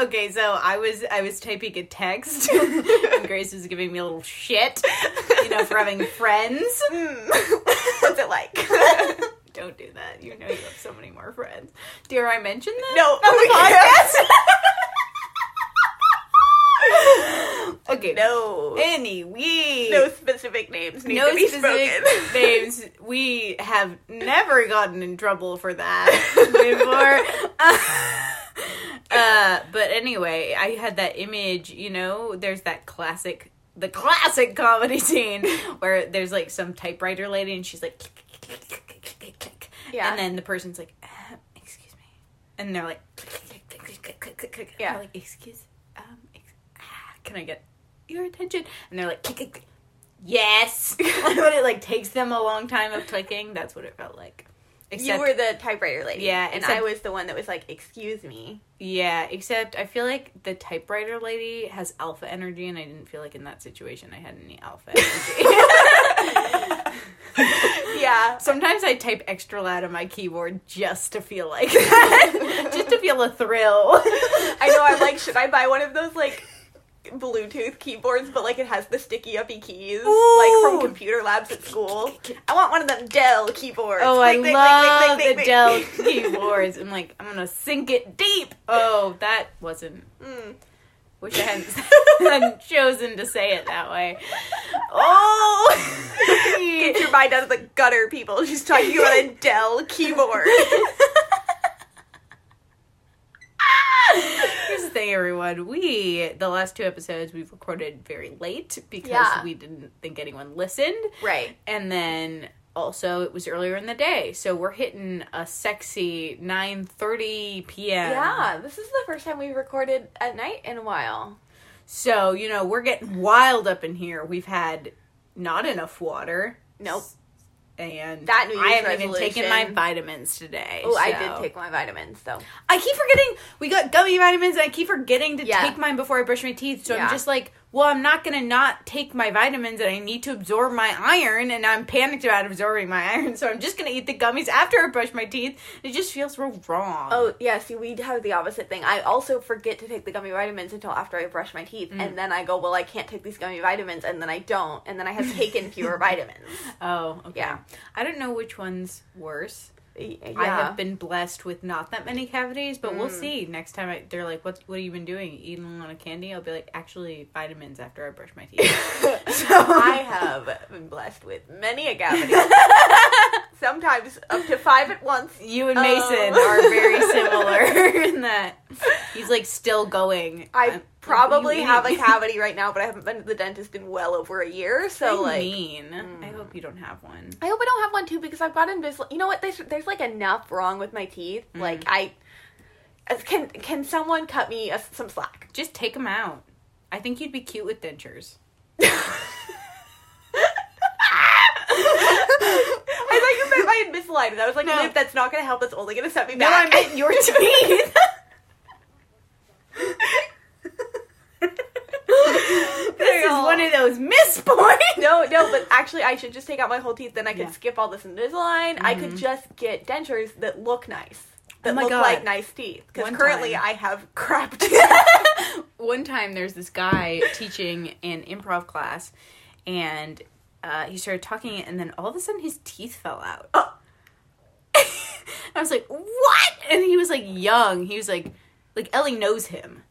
okay, so I was I was typing a text, and Grace was giving me a little shit, you know, for having friends. Hmm. What's it like? Don't do that. You know you have so many more friends. Dare I mention that? no, on we the can't. podcast. okay. No. Anyway. No specific names need no to be specific spoken. names. We have never gotten in trouble for that before. uh, but anyway, I had that image. You know, there's that classic, the classic comedy scene where there's like some typewriter lady, and she's like, click, click, click, click, click, click. Yeah. and then the person's like, uh, excuse me, and they're like, click, click, click, click, click, click, click, click. And Yeah. they're like excuse, um, ex- ah, can I get your attention? And they're like, click, click, click. Yes. but it like takes them a long time of clicking. That's what it felt like. Except, you were the typewriter lady. Yeah, and except- I was the one that was like, "Excuse me." yeah, except I feel like the typewriter lady has alpha energy, and I didn't feel like in that situation I had any alpha energy. Yeah, Sometimes I type extra loud on my keyboard just to feel like that, just to feel a thrill. I know. I'm like, should I buy one of those like Bluetooth keyboards, but like it has the sticky uppy keys, like Ooh. from computer labs at school? I want one of them Dell keyboards. Oh, I Click, click, click, love the click, click, click. Dell keyboards. I'm like, I'm gonna sink it deep. Oh, that wasn't. Mm. Wish I hadn't, hadn't chosen to say it that way. Oh, Get your mind out of the gutter, people. She's talking about a Dell keyboard. here's the thing, everyone. We the last two episodes we've recorded very late because Yeah. we didn't think anyone listened, right. and then also it was earlier in the day, so we're hitting a sexy 9:30 p.m. Yeah, this is the first time we've recorded at night in a while. So, you know, we're getting wild up in here. We've had not enough water. Nope. And That New I Year's haven't even taken my resolution. vitamins today. Oh, I did so- take my vitamins though. I keep forgetting. We got gummy vitamins, and I keep forgetting to Yeah. take mine before I brush my teeth. So Yeah. I'm just like, well, I'm not going to not take my vitamins, and I need to absorb my iron, and I'm panicked about absorbing my iron. So I'm just going to eat the gummies after I brush my teeth. It just feels real wrong. Oh yeah, see we have the opposite thing. I also forget to take the gummy vitamins until after I brush my teeth, and then I go, well, I can't take these gummy vitamins, and then I don't, and then I have taken fewer vitamins. Oh, okay. Yeah. I don't know which one's worse. Y- Yeah, Mm. I have been blessed with not that many cavities, but we'll see next time. I, they're like, "What? What have you been doing? Eating a lot of candy?" I'll be like, "Actually, vitamins after I brush my teeth." I have been blessed with many a cavity. Sometimes up to five at once. you and Oh. Mason are very similar in that he's like still going. I'm- I like, probably "You have a mean- cavity right now, but I haven't been to the dentist in well over a year. So You like, Mm. mean. I hope you don't have one. I hope I don't have one too because I've got Invisalign. You know what? There's there's like enough wrong with my teeth. Mm-hmm. Like I, uh, can can someone cut me a, some slack? Just take them out. I think you'd be cute with dentures. I thought you meant my Invisalign, and I was like, No. Liv, that's not gonna help. That's only gonna set me No, I back. meant your teeth. this is Girl. one of those miss points. no, no, but actually, I should just take out my whole teeth. Then I could Yeah. Mm-hmm. skip all this Invisalign. I could just get dentures that look nice, that Oh my look God. like nice teeth. Because One currently, time. I have crap teeth. one time there's this guy teaching an improv class and uh, he started talking and then all of a sudden his teeth fell out Oh. i was like what and he was like young he was like like ellie knows him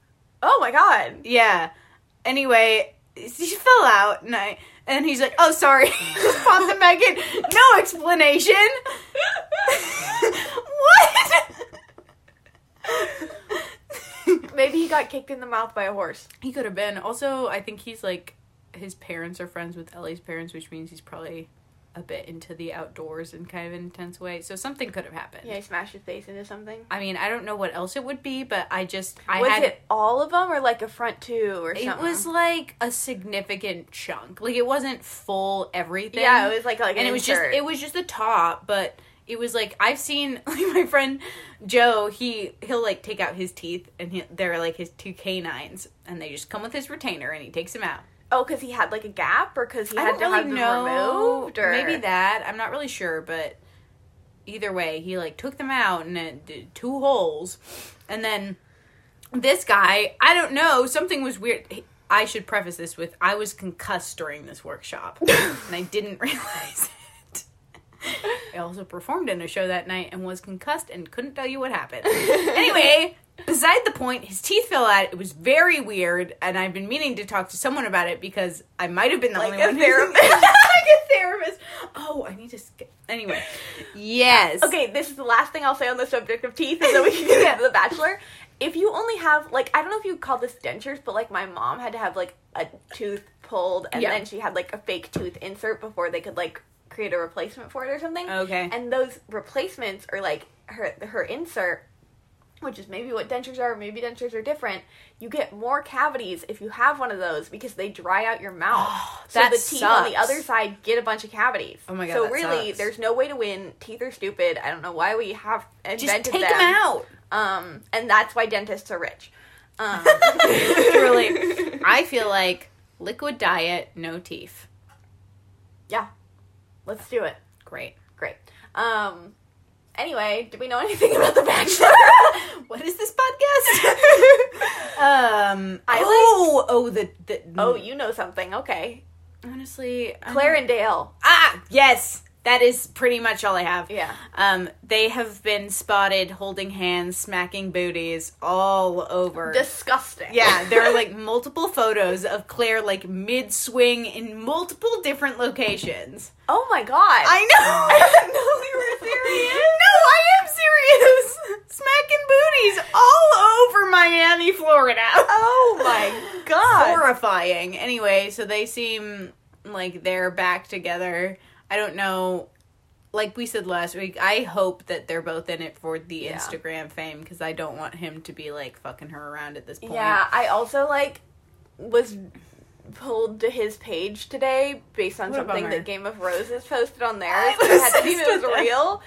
oh my god! yeah anyway he fell out and i and he's like oh sorry just pop them back in no explanation what Maybe he got kicked in the mouth by a horse. He could have been. Also, I think he's like his parents are friends with Ellie's parents, which means he's probably a bit into the outdoors in kind of an intense way. So something could have happened. Yeah, he smashed his face into something. I mean, I don't know what else it would be, but I just I was had it all of them or like a front two or something? it was like a significant chunk. Like it wasn't full everything. yeah, it was like like and it was just it was just the top, but it was like I've seen like my friend Joe, he he'll like take out his teeth and he, they're like his two canines and they just come with his retainer and he takes them out. oh because he had like a gap or because he I had don't to have really them know. removed or Maybe that. I'm not really sure, but either way, he like took them out and it did two holes, and then this guy, I don't know, something was weird. He- I should preface this with I was concussed during this workshop and I didn't realize it. I also performed in a show that night and was concussed and couldn't tell you what happened. anyway, beside the point, his teeth fell out. It was very weird, and I've been meaning to talk to someone about it because I might have been the Like only a one who- therapist. like a therapist. Oh, I need to. Skip. Anyway, yes. Okay, this is the last thing I'll say on the subject of teeth, and then we can get into The Bachelor. If you only have, like, I don't know if you call this dentures, but, like, my mom had to have, like, a tooth pulled, and Yeah. then she had, like, a fake tooth insert before they could, like, create a replacement for it or something. Okay. And those replacements are, like, her, her insert, which is maybe what dentures are, maybe dentures are different. You get more cavities if you have one of those because they dry out your mouth. so that the teeth on the sucks. other side get a bunch of cavities. Oh my God, So that really, sucks. there's no way to win. Teeth are stupid. I don't know why we have invented just take them. them out. Um, and that's why dentists are rich. Um, Really. I feel like liquid diet, no teeth. yeah. Let's do it. Great. Great. Um. Anyway, do we know anything about the Bachelor? What is this podcast? um, I oh, oh, the, the oh, you know something. Okay, honestly, I Claire don't- and Dale. ah, yes, that is pretty much all I have. Yeah. Um, they have been spotted holding hands, smacking booties all over. Disgusting. yeah, there are like multiple photos of Claire like mid swing in multiple different locations. oh my god. I know. I didn't know we were serious. No, I am serious. Smacking booties all over Miami, Florida. oh my god. horrifying. Anyway, so they seem like they're back together. I don't know. Like we said last week, I hope that they're both in it for the Yeah. Instagram fame because I don't want him to be like fucking her around at this point. Yeah, I also like was pulled to his page today based on What a something bummer. that Game of Roses posted on I theirs. I had to was see if it just- was real.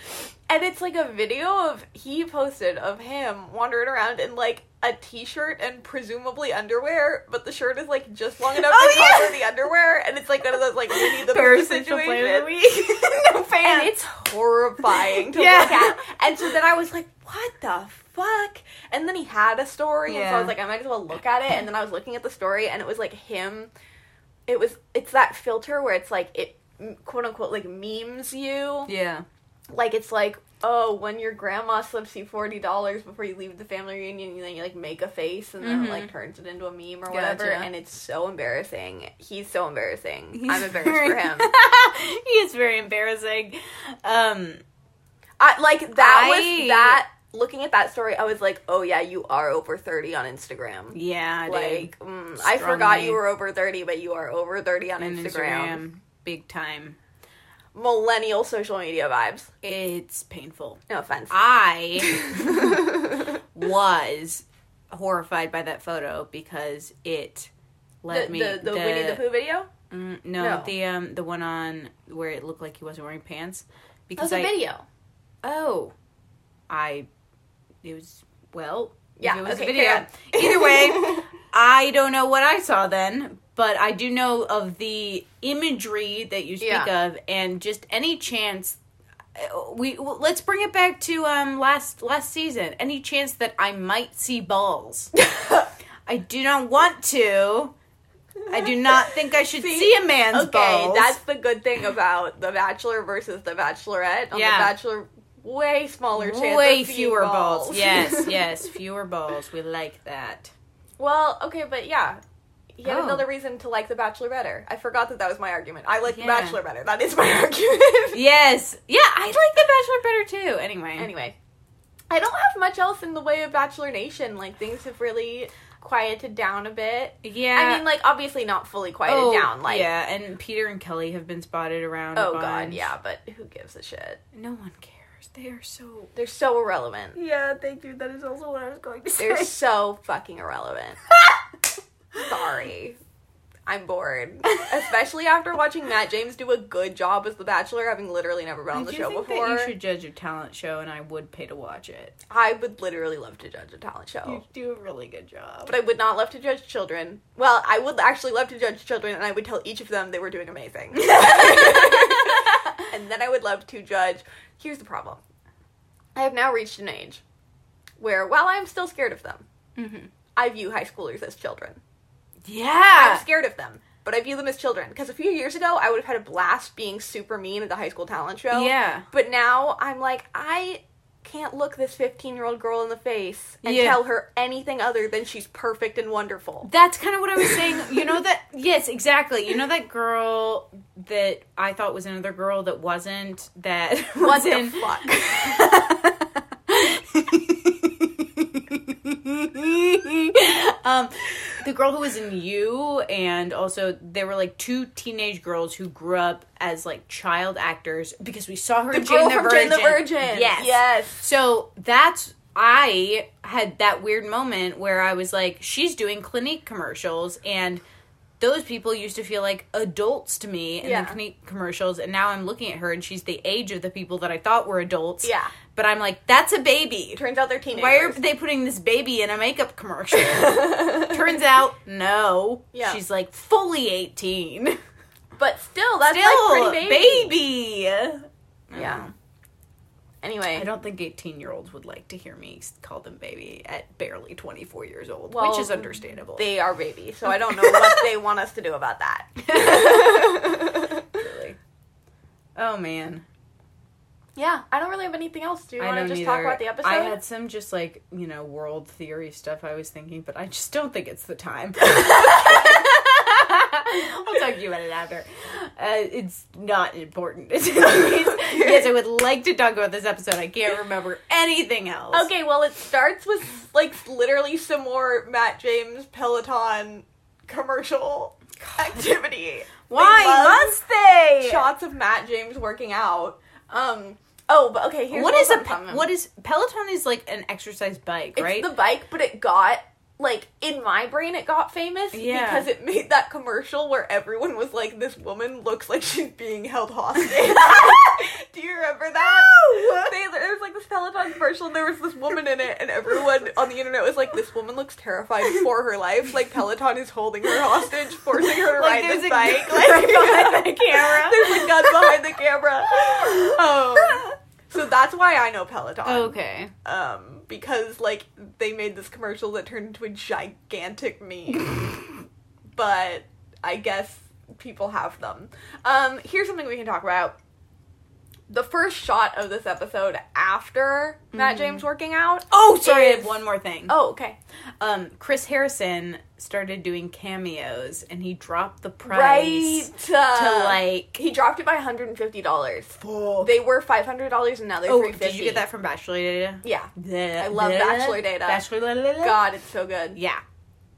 And it's like a video of he posted of him wandering around in like a t-shirt and presumably underwear, but the shirt is like just long enough Oh, to yeah. cover the underwear, and it's like one of those like we need the Paris Pooh is the player of the situations. week. no fans. And it's horrifying to Yeah. look at. And so then I was like, what the fuck? And then he had a story, and so I Yeah. was like, I might as well look at it. And then I was looking at the story, and it was like him. It was it's that filter where it's like it quote unquote like memes you. yeah. Like it's like oh when your grandma slips you forty dollars before you leave the family reunion, and then you like make a face, and then Mhm. it like turns it into a meme or whatever. Gotcha. And it's so embarrassing. He's so embarrassing. He's I'm embarrassed for very- him. he is very embarrassing. Um, I like that I- was that looking at that story I was like, "Oh yeah, you are over 30 on Instagram." yeah, dude. like mm, I forgot Strongly. you were over 30, but you are over 30 on And Instagram. Instagram, big time. Millennial social media vibes. It's painful. No offense. I was horrified by that photo because it let the, me the, the Winnie the Pooh video? mm, no, No. the um the one on where it looked like he wasn't wearing pants That was because a I video. oh I it was well if Yeah, it was okay, a video carry either way I don't know what I saw then, but I do know of the imagery that you speak Yeah. of, and just any chance uh, we well, let's bring it back to um last last season. Any chance that I might see balls? I do not want to. I do not think I should see, See, a man's Okay, balls. that's the good thing about The Bachelor versus The Bachelorette. On Yeah. The Bachelor way smaller chance way of seeing fewer balls. yes, yes, fewer balls. We like that. Well, okay, but yeah. Yet Oh. another reason to like The Bachelor better. I forgot that that was my argument. I like Yeah. The Bachelor better. That is my argument. Yes, yeah, I like The Bachelor better too. Anyway, anyway, I don't have much else in the way of Bachelor Nation. Like, things have really quieted down a bit. yeah. I mean, like, obviously not fully quieted down. Like, Oh, yeah, and Peter and Kelly have been spotted around. a oh god, bunch. yeah, but who gives a shit? No one cares. They are so. They're so irrelevant. Yeah, thank you. That is also what I was going to They're so fucking irrelevant. Sorry. I'm bored. Especially after watching Matt James do a good job as The Bachelor, having literally never been on I the do show think before. that you should judge a talent show, and I would pay to watch it. I would literally love to judge a talent show. You do a really good job. Oh. But I would not love to judge children. Well, I would actually love to judge children, and I would tell each of them they were doing amazing. and then I would love to judge. Here's the problem I have now reached an age where, while I'm still scared of them, Mhm. I view high schoolers as children. I'm Yeah. scared of them, but I view them as children. Because a few years ago, I would have had a blast being super mean at the high school talent show. Yeah. But now I'm like, I can't look this 15 year old girl in the face and Yeah. tell her anything other than she's perfect and wonderful. That's kind of what I was saying. You know that? Yes, exactly. You know that girl that I thought was another girl that wasn't. That What was the in. fuck? um, the girl who was in you, and also there were like two teenage girls who grew up as like child actors because we saw her The in Jane girl the from Virgin. Jane the Virgin. Yes. Yes. So that's I had that weird moment where I was like, she's doing Clinique commercials and those people used to feel like adults to me in Yeah. the Clinique commercials and now I'm looking at her and she's the age of the people that I thought were adults. Yeah. But I'm like, that's a baby. Turns out they're teenagers. Why are they putting this baby in a makeup commercial? Turns out, no. Yeah. She's like fully 18. But still, that's Still, like pretty baby. baby. Yeah. I Anyway, don't think 18 year olds would like to hear me call them baby at barely 24 years old, Well, which is understandable. they are baby, so I don't know what they want us to do about that. Really. Oh man. yeah, I don't really have anything else. Do you I want to don't just talk either. about the episode? I had some just like, you know, world theory stuff I was thinking, but I just don't think it's the time. I'll talk to you about it after. Uh, it's not important. yes, I would like to talk about this episode. I can't remember anything else. Okay, well, it starts with like literally some more Matt James Peloton commercial activity. Why They love must they? shots of Matt James working out? Um. Oh, but okay. Here's what is a I'm talking pe- about. what is Peloton is like an exercise bike, It's right? the bike, but it got like in my brain it got famous Yeah. because it made that commercial where everyone was like, "This woman looks like she's being held hostage." Do you remember that? No! They, there was like this Peloton commercial, and there was this woman in it, and everyone on the internet was like, "This woman looks terrified for her life. Like Peloton is holding her hostage, forcing her to Like, ride there's a this bike." gun behind the camera. There's a gun behind the camera. Um, so that's why I know Peloton Oh, okay. um, because like they made this commercial that turned into a gigantic meme. but I guess people have them. Um, here's something we can talk about. The first shot of this episode after Matt James working out. Mm-hmm. Oh, sorry. I have is- one more thing. Oh, okay. Um, Chris Harrison started doing cameos, and he dropped the price Right. uh, to like. he dropped it by $150. Full. They were $500 and now they're oh, 350. did you get that from Bachelor Data? Yeah. I love Bachelor Data. Bachelor Data. God, it's so good. Yeah.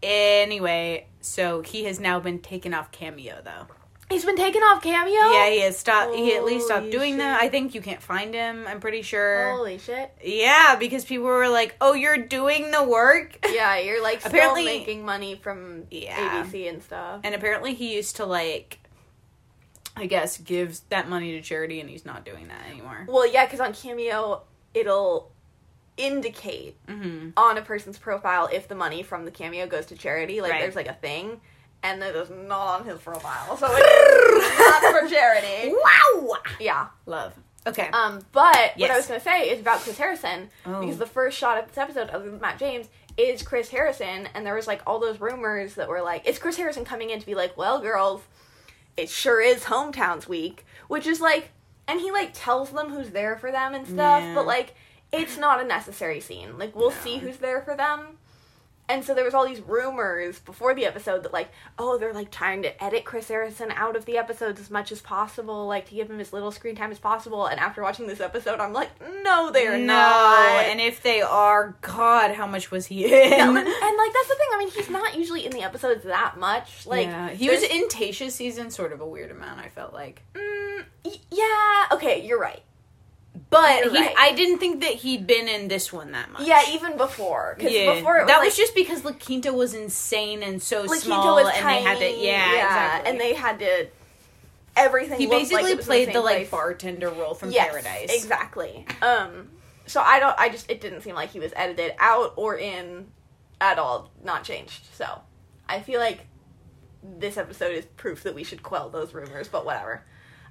Anyway, so he has now been taken off Cameo though. He's been taken off Cameo? Yeah, he has stopped. He at least stopped Holy doing them. shit. Oh. I think you can't find him. I'm pretty sure. Holy shit. Yeah, because people were like, "Oh, you're doing the work." Yeah, you're like still Apparently- making money from Yeah. ABC and stuff. And apparently, he used to like, I guess, gives that money to charity, and he's not doing that anymore. Well, yeah, because on Cameo, it'll indicate hmm on a person's profile if the money from the Cameo goes to charity. Like, Right. there's like a thing, and that is not on his profile, so it's not for charity. Wow, Yeah. love. Okay, Um, but what I Yes. was gonna say is about Chris Harrison Oh. because the first shot of this episode, other than Matt James, is Chris Harrison, and there was like all those rumors that were like, "Is Chris Harrison coming in to be like, well, girls, it sure is hometowns week," which is like, and he like tells them who's there for them and stuff, Yeah. but like, it's not a necessary scene. Like, we'll see who's there for them. And so there was all these rumors before the episode that like, oh, they're like trying to edit Chris Harrison out of the episodes as much as possible, like to give him as little screen time as possible. And after watching this episode, I'm like, no, they're no, not. and if they are, God, how much was he in? No, and like that's the thing. I mean, he's not usually in the episodes that much. Like yeah, he was there's- in Tasha's season, sort of a weird amount. I felt like, Mm, y- yeah. Okay, you're right. but You're he, right. I didn't think that he'd been in this one that much. Yeah, even before because Yeah. before it was that like, was just because La Quinta was insane and so Like, he small, was and they had to tiny, yeah, exactly. and they had to everything. he looked like basically it was in played the, the, same like place. bartender role from Paradise. Exactly. Um so I don't I just it didn't seem like he was edited out or in at all, not changed. So I feel like this episode is proof that we should quell those rumors, but whatever.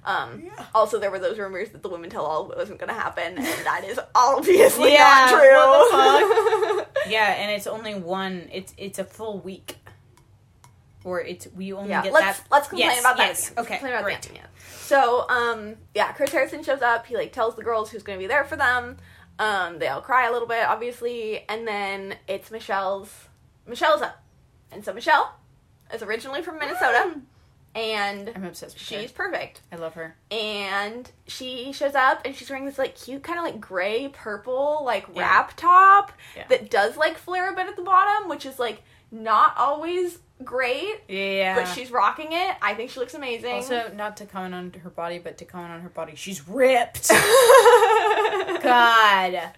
Um Yeah. also there were those rumors that the women tell all wasn't gonna happen, and that is obviously Yeah, not true. what the fuck? Yeah, Yeah, and it's only one. It's it's a full week, or it's we only Yeah, get let's that. let's complain Yes, about that. yes, at the end. Let's okay, complain about great. that at the end. So, um, yeah, Chris Harrison shows up. He like tells the girls who's going to be there for them. Um, they all cry a little bit, obviously, and then it's Michelle's. Michelle's up, and so Michelle is originally from Minnesota, and I'm obsessed with she's her. perfect. I love her. And she shows up, and she's wearing this like cute kind of like gray purple like Yeah. wrap top Yeah. that does like flare a bit at the bottom, which is like not always great Yeah. but she's rocking it. I think she looks amazing. also not to comment on her body, but to comment on her body, she's ripped. God.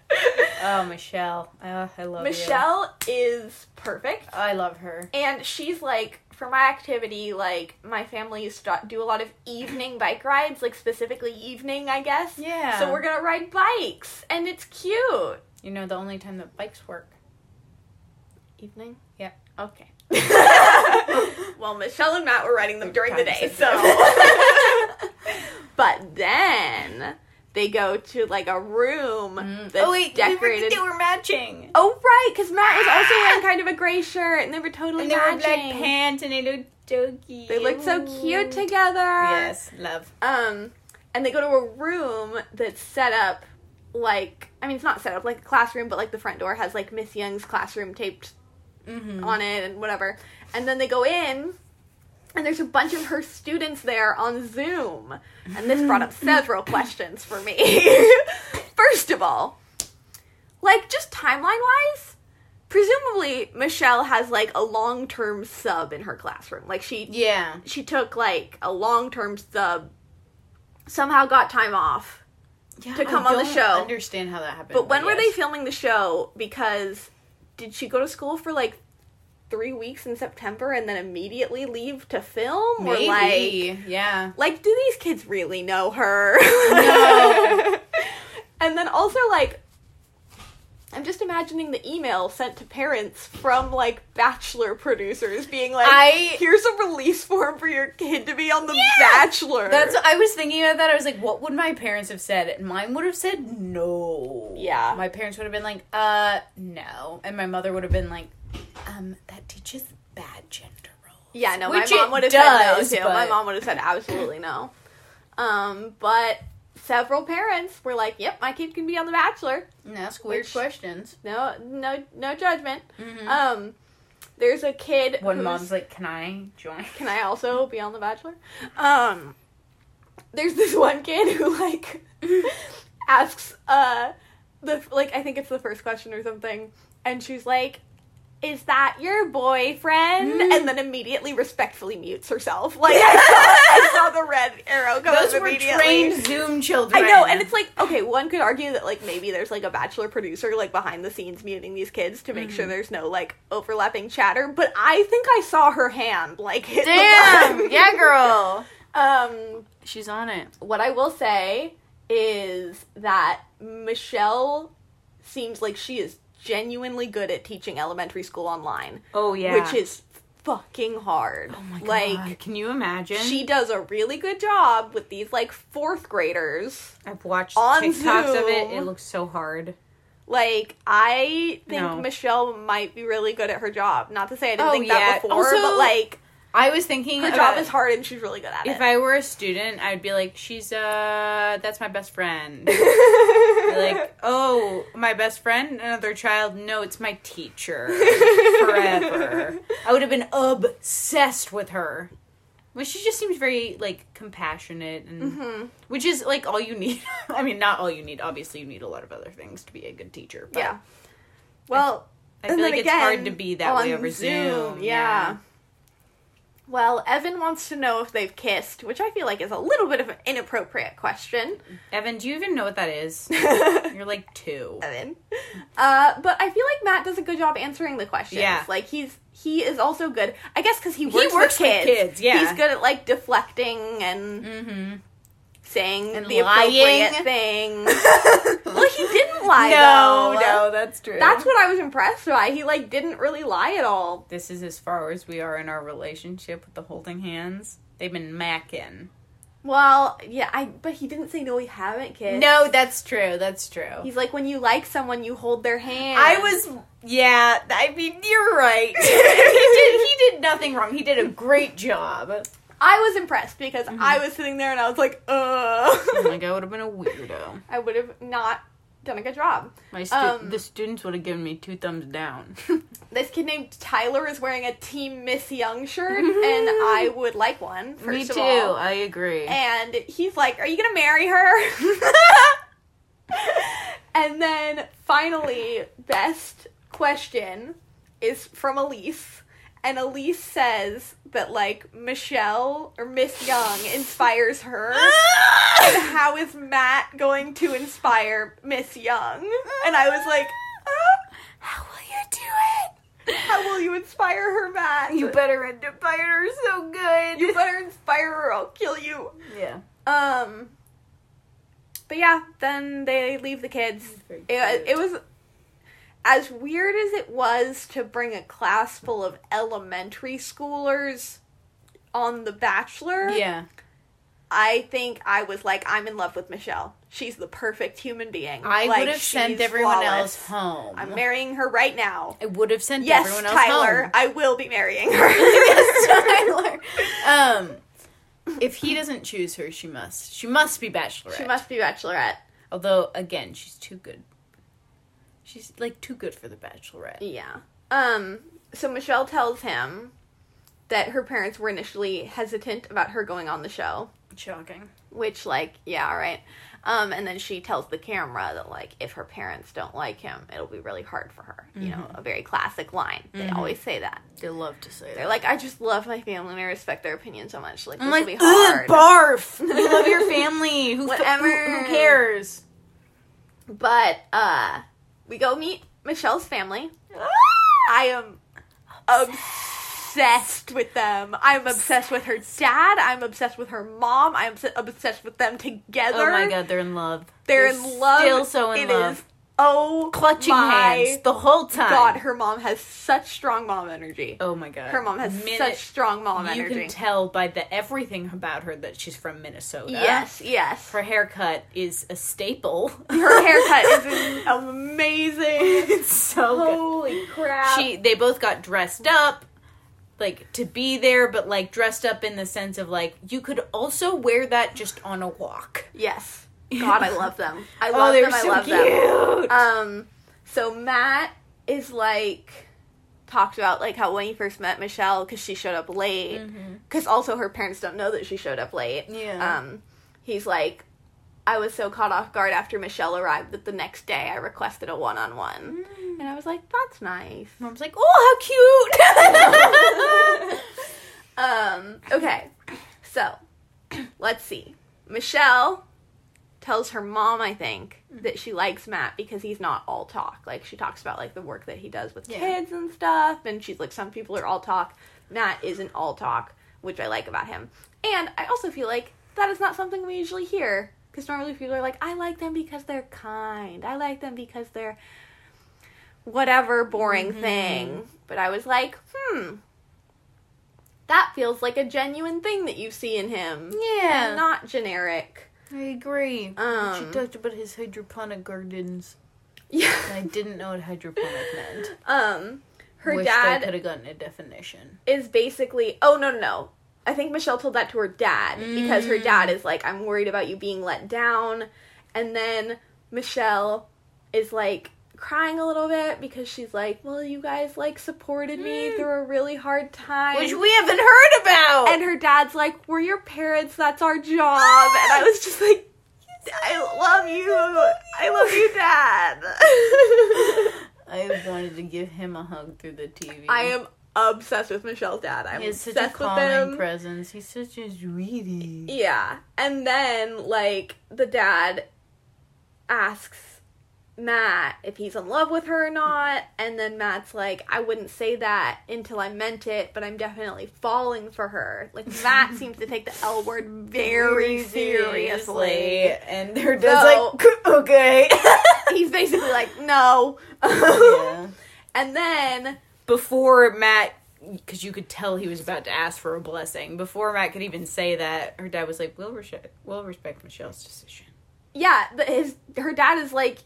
Oh, Michelle. Oh, I love you. Michelle is perfect, I love her. and she's like for my activity. Like my family used to do a lot of evening bike rides, like specifically evening, I guess. Yeah. So we're gonna ride bikes, and it's cute. You know, the only time that bikes work. Evening. Yeah. Okay. well, Michelle and Matt were riding them during the day, Times so. but then they go to like a room Mm. that's Oh, decorated. were matching. Oh right, because Matt was also wearing kind of a gray shirt, and they were totally And they were matching. black pants, and they looked so cute. They looked so cute together. Yes, love. Um, and they go to a room that's set up like I mean it's not set up like a classroom, but like the front door has like Miss Young's classroom taped Mm-hmm. on it and whatever. And then they go in, and there's a bunch of her students there on Zoom. And this brought up several questions for me. First of all, like just timeline wise, presumably Michelle has like a long term sub in her classroom. Like she Yeah. she took like a long term sub, somehow got time off. yeah. To I come on the don't show. understand how that happened. But when were they yes. filming the show? Because did she go to school for like three weeks in September and then immediately leave to film? Or like, Maybe. yeah. like, do these kids really know her? No. and then also like. I'm just imagining the email sent to parents from like bachelor producers being like, I- "Here's a release form for your kid to be on the Yeah! Bachelor." That's I was thinking about that. I was like, what would my parents have said? And mine would have said no. Yeah. My parents would have been like, uh, no. And my mother would have been like, um, that teaches bad gender roles. Yeah, no, Which my mom it would have said no does, too. My but- mom would have said absolutely no. Um, but several parents were like, "Yep, my kid can be on The Bachelor." And ask weird Which- questions. No, no, no judgment. Mm-hmm. Um, there's a kid. One who's- mom's like, can I join? can I also be on The Bachelor? Um, there's this one kid who like asks uh the like I think it's the first question or something, and she's like, "Is that your boyfriend?" Mm. And then immediately respectfully mutes herself. Like I, saw, I saw the red arrow go Those up were immediately. trained Zoom children. I know, and it's like okay, one could argue that like maybe there's like a bachelor producer like behind the scenes muting these kids to make sure Mm-hmm. there's no like overlapping chatter. But I think I saw her hand like hit the damn, button. yeah, girl. Um, She's on it. what I will say is that Michelle seems like she is genuinely good at teaching elementary school online, Oh yeah. which is fucking hard. oh my god. Like can you imagine? she does a really good job with these like fourth graders. I've watched on TikToks of it. It Zoom. looks so hard. Like I think No. Michelle might be really good at her job. Not to say I didn't Oh, think yeah. that before, Also, but like I was thinking her about- job is hard and she's really good at If it. I were a student, I'd be like, she's uh, that's my best friend. like, oh, my best friend, another child. No, it's my teacher. Forever. I would have been obsessed with her. Well, she just seems very like compassionate, and which is like all you need. I mean, not all you need. Obviously, you need a lot of other things to be a good teacher. But yeah. Well, I feel And like then it's hard again, to be that way on over Zoom. Yeah. Well, Evan wants to know if they've kissed, which I feel like is a little bit of an inappropriate question. Evan, do you even know what that is? You're like two. Evan. Uh, but I feel like Matt does a good job answering the questions. Yeah. Like he's he is also good. I guess because he works, works with with kids. kids, yeah. He's good at like deflecting and Mm-hmm. saying And the appropriate lying. things. well, he didn't lie no, though. no, that's true. That's what I was impressed by. He like didn't really lie at all. This is as far as we are in our relationship with the holding hands. They've been macking. Well, yeah, I but he didn't say no. We haven't kissed. No, that's true. That's true. he's like when you like someone, you hold their hand. I was, yeah. I mean, you're right. he did. He did nothing wrong. He did a great job. I was impressed because Mm-hmm. I was sitting there and I was like, uh. Like Oh I would have been a weirdo. I would have not done a good job. My stu- Um, the students would have given me two thumbs down. This kid named Tyler is wearing a Team Miss Young shirt, and I would like one. First me of too. all. I agree. and he's like, "Are you gonna marry her?" and then finally, best question is from Elise, and Elise says that like Michelle or Miss Young inspires her. Ah! and how is Matt going to inspire Miss Young? And I was like, "Uh, How will you do it? "How will you inspire her, Matt? You better inspire her so good. You better inspire her. or I'll kill you." yeah. Um. But yeah, then they leave the kids. Very It, cute. it was as weird as it was to bring a class full of elementary schoolers on The Bachelor. Yeah. I think I was like, I'm in love with Michelle. She's the perfect human being. I Like, would have sent she's everyone flawless. else home. I'm marrying her right now. I would have sent Yes, everyone else Tyler, home. I will be marrying her. yes, Tyler. Um, if he doesn't choose her, she must. She must be bachelorette. She must be Bachelorette. Although, again, she's too good. She's like too good for the bachelorette. Yeah. Um, so Michelle tells him that her parents were initially hesitant about her going on the show, Shocking. which, like, yeah, all right. Um, and then she tells the camera that, like, if her parents don't like him, it'll be really hard for her. You know, Mm-hmm. a very classic line. They always say that. They love to say They're that. like, I just love my family and I respect their opinion so much. Like, this I'm will like, be Ugh, hard. barf. You love your family. Who, Whatever. Whatever. Who, cares? but, uh, we go meet Michelle's family. Ah! I am obsessed with them. I'm obsessed with her dad. I'm obsessed with her mom. I'm obs- obsessed with them together. Oh my god, they're in love. They're, in love. Still so in It love. is- oh, Clutching my hands the whole time. God, her mom has such strong mom energy. Oh my god. Her mom has Minute- such strong mom You energy. can tell by the everything about her that she's from Minnesota. yes, yes. Her haircut is a staple. Her haircut is amazing. it's so good. Holy crap! she they both got dressed up like to be there but like dressed up in the sense of like you could also wear that just on a walk yes. God, I love them. I oh love they them. were so I love them. cute Um, so Matt is like talked about like how when he first met Michelle because she showed up late because also her parents don't know that she showed up late. Mm-hmm. Yeah. Um, he's like, I was so caught off guard after Michelle arrived that the next day I requested a one on one, Mm. and I was like, that's nice. mom's like oh how cute Um, okay, so let's see. Michelle tells her mom, I think, that she likes Matt because he's not all talk. Like she talks about like the work that he does with Yeah. kids and stuff, and she's like, some people are all talk. Matt isn't all talk, which I like about him. And I also feel like that is not something we usually hear because normally people are like, I like them because they're kind. I like them because they're whatever boring Mm-hmm. thing. But I was like, hmm. That feels like a genuine thing that you see in him. yeah And not generic. i agree she Um, talked about his hydroponic gardens and i Yeah. didn't know what hydroponic meant Um, her Wish dad they could have gotten a definition is basically. Oh no no no! I think Michelle told that to her dad because her Mm. dad is like, "I'm worried about you being let down," and then Michelle is like crying a little bit because she's like, "Well, you guys like supported me through a really hard time," Mm. which we haven't heard about and her dad's like, "We're your parents. That's our job," and I was just like. I love you. I love you, Dad. i wanted to give him a hug through the tv I am obsessed with Michelle's dad. I'm he has such a obsessed with calming him. presence he's such a sweetie yeah. And then like the dad asks Matt if he's in love with her or not, and then Matt's like, I wouldn't say that until I meant it, but I'm definitely falling for her. Like Matt seems to take the L word very seriously. and their Though- dad's like, okay. He's basically like, No. Yeah. And then Before Matt because you could tell he was about to ask for a blessing before Matt could even say that. Her dad was like, "We'll respect, we'll respect Michelle's decision." Yeah, but his her dad is like,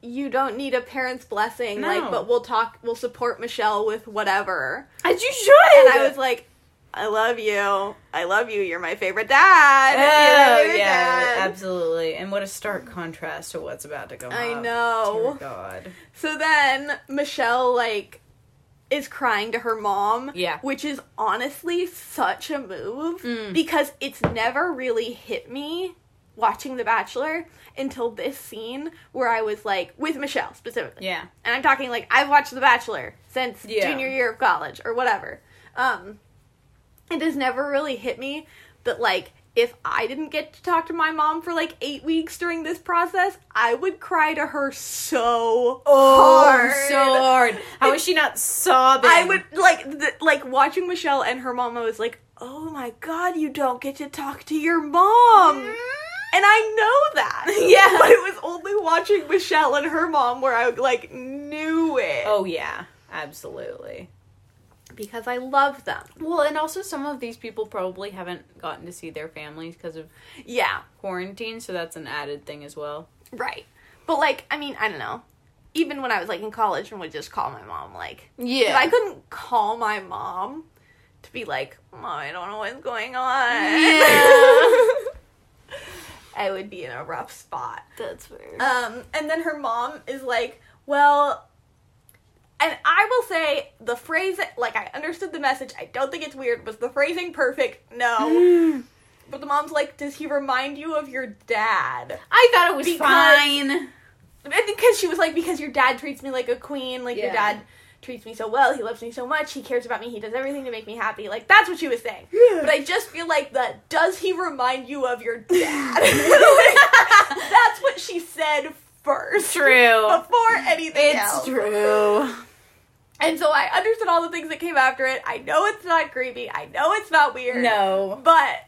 you don't need a parent's blessing, No. like, but we'll talk, we'll support Michelle with whatever. As you should. And I was like, I love you, I love you, you're my favorite dad. "Oh You're my favorite yeah, dad." absolutely." And what a stark contrast to what's about to go I up. know. Dear God. So then Michelle like is crying to her mom. Yeah. Which is honestly such a move Mm. because it's never really hit me watching The Bachelor until this scene where I was like with Michelle specifically. Yeah. And I'm talking like I've watched The Bachelor since Yeah. junior year of college or whatever. Um it has never really hit me that like if I didn't get to talk to my mom for like eight weeks during this process, I would cry to her so hard. Oh, so hard. How is she not sobbing? I would like th- like watching Michelle and her mom. I was like, oh my god, you don't get to talk to your mom, and I know that. Mm-hmm. Yeah. but it was only watching Michelle and her mom where I like knew it Oh yeah, absolutely. because I love them. Well, and also some of these people probably haven't gotten to see their families because of Yeah, quarantine, so that's an added thing as well. right. But like, I mean, I don't know. Even when I was like in college and would just call my mom, like, Yeah. If I couldn't call my mom to be like, Mom, I don't know what's going on. I would be in a rough spot. That's weird. Um, and then her mom is like, Well, and I will say the phrase, like, I understood the message. I don't think it's weird. Was the phrasing perfect? No. but the mom's like, Does he remind you of your dad? I thought it was Because- fine. And because she was like, because your dad treats me like a queen, like your Yeah. dad treats me so well, he loves me so much, he cares about me, he does everything to make me happy. Like that's what she was saying. Yeah. But I just feel like that does he remind you of your dad? Like, that's what she said first. True. Before anything else. It's true. And so I understood all the things that came after it. I know it's not creepy. I know it's not weird. No. But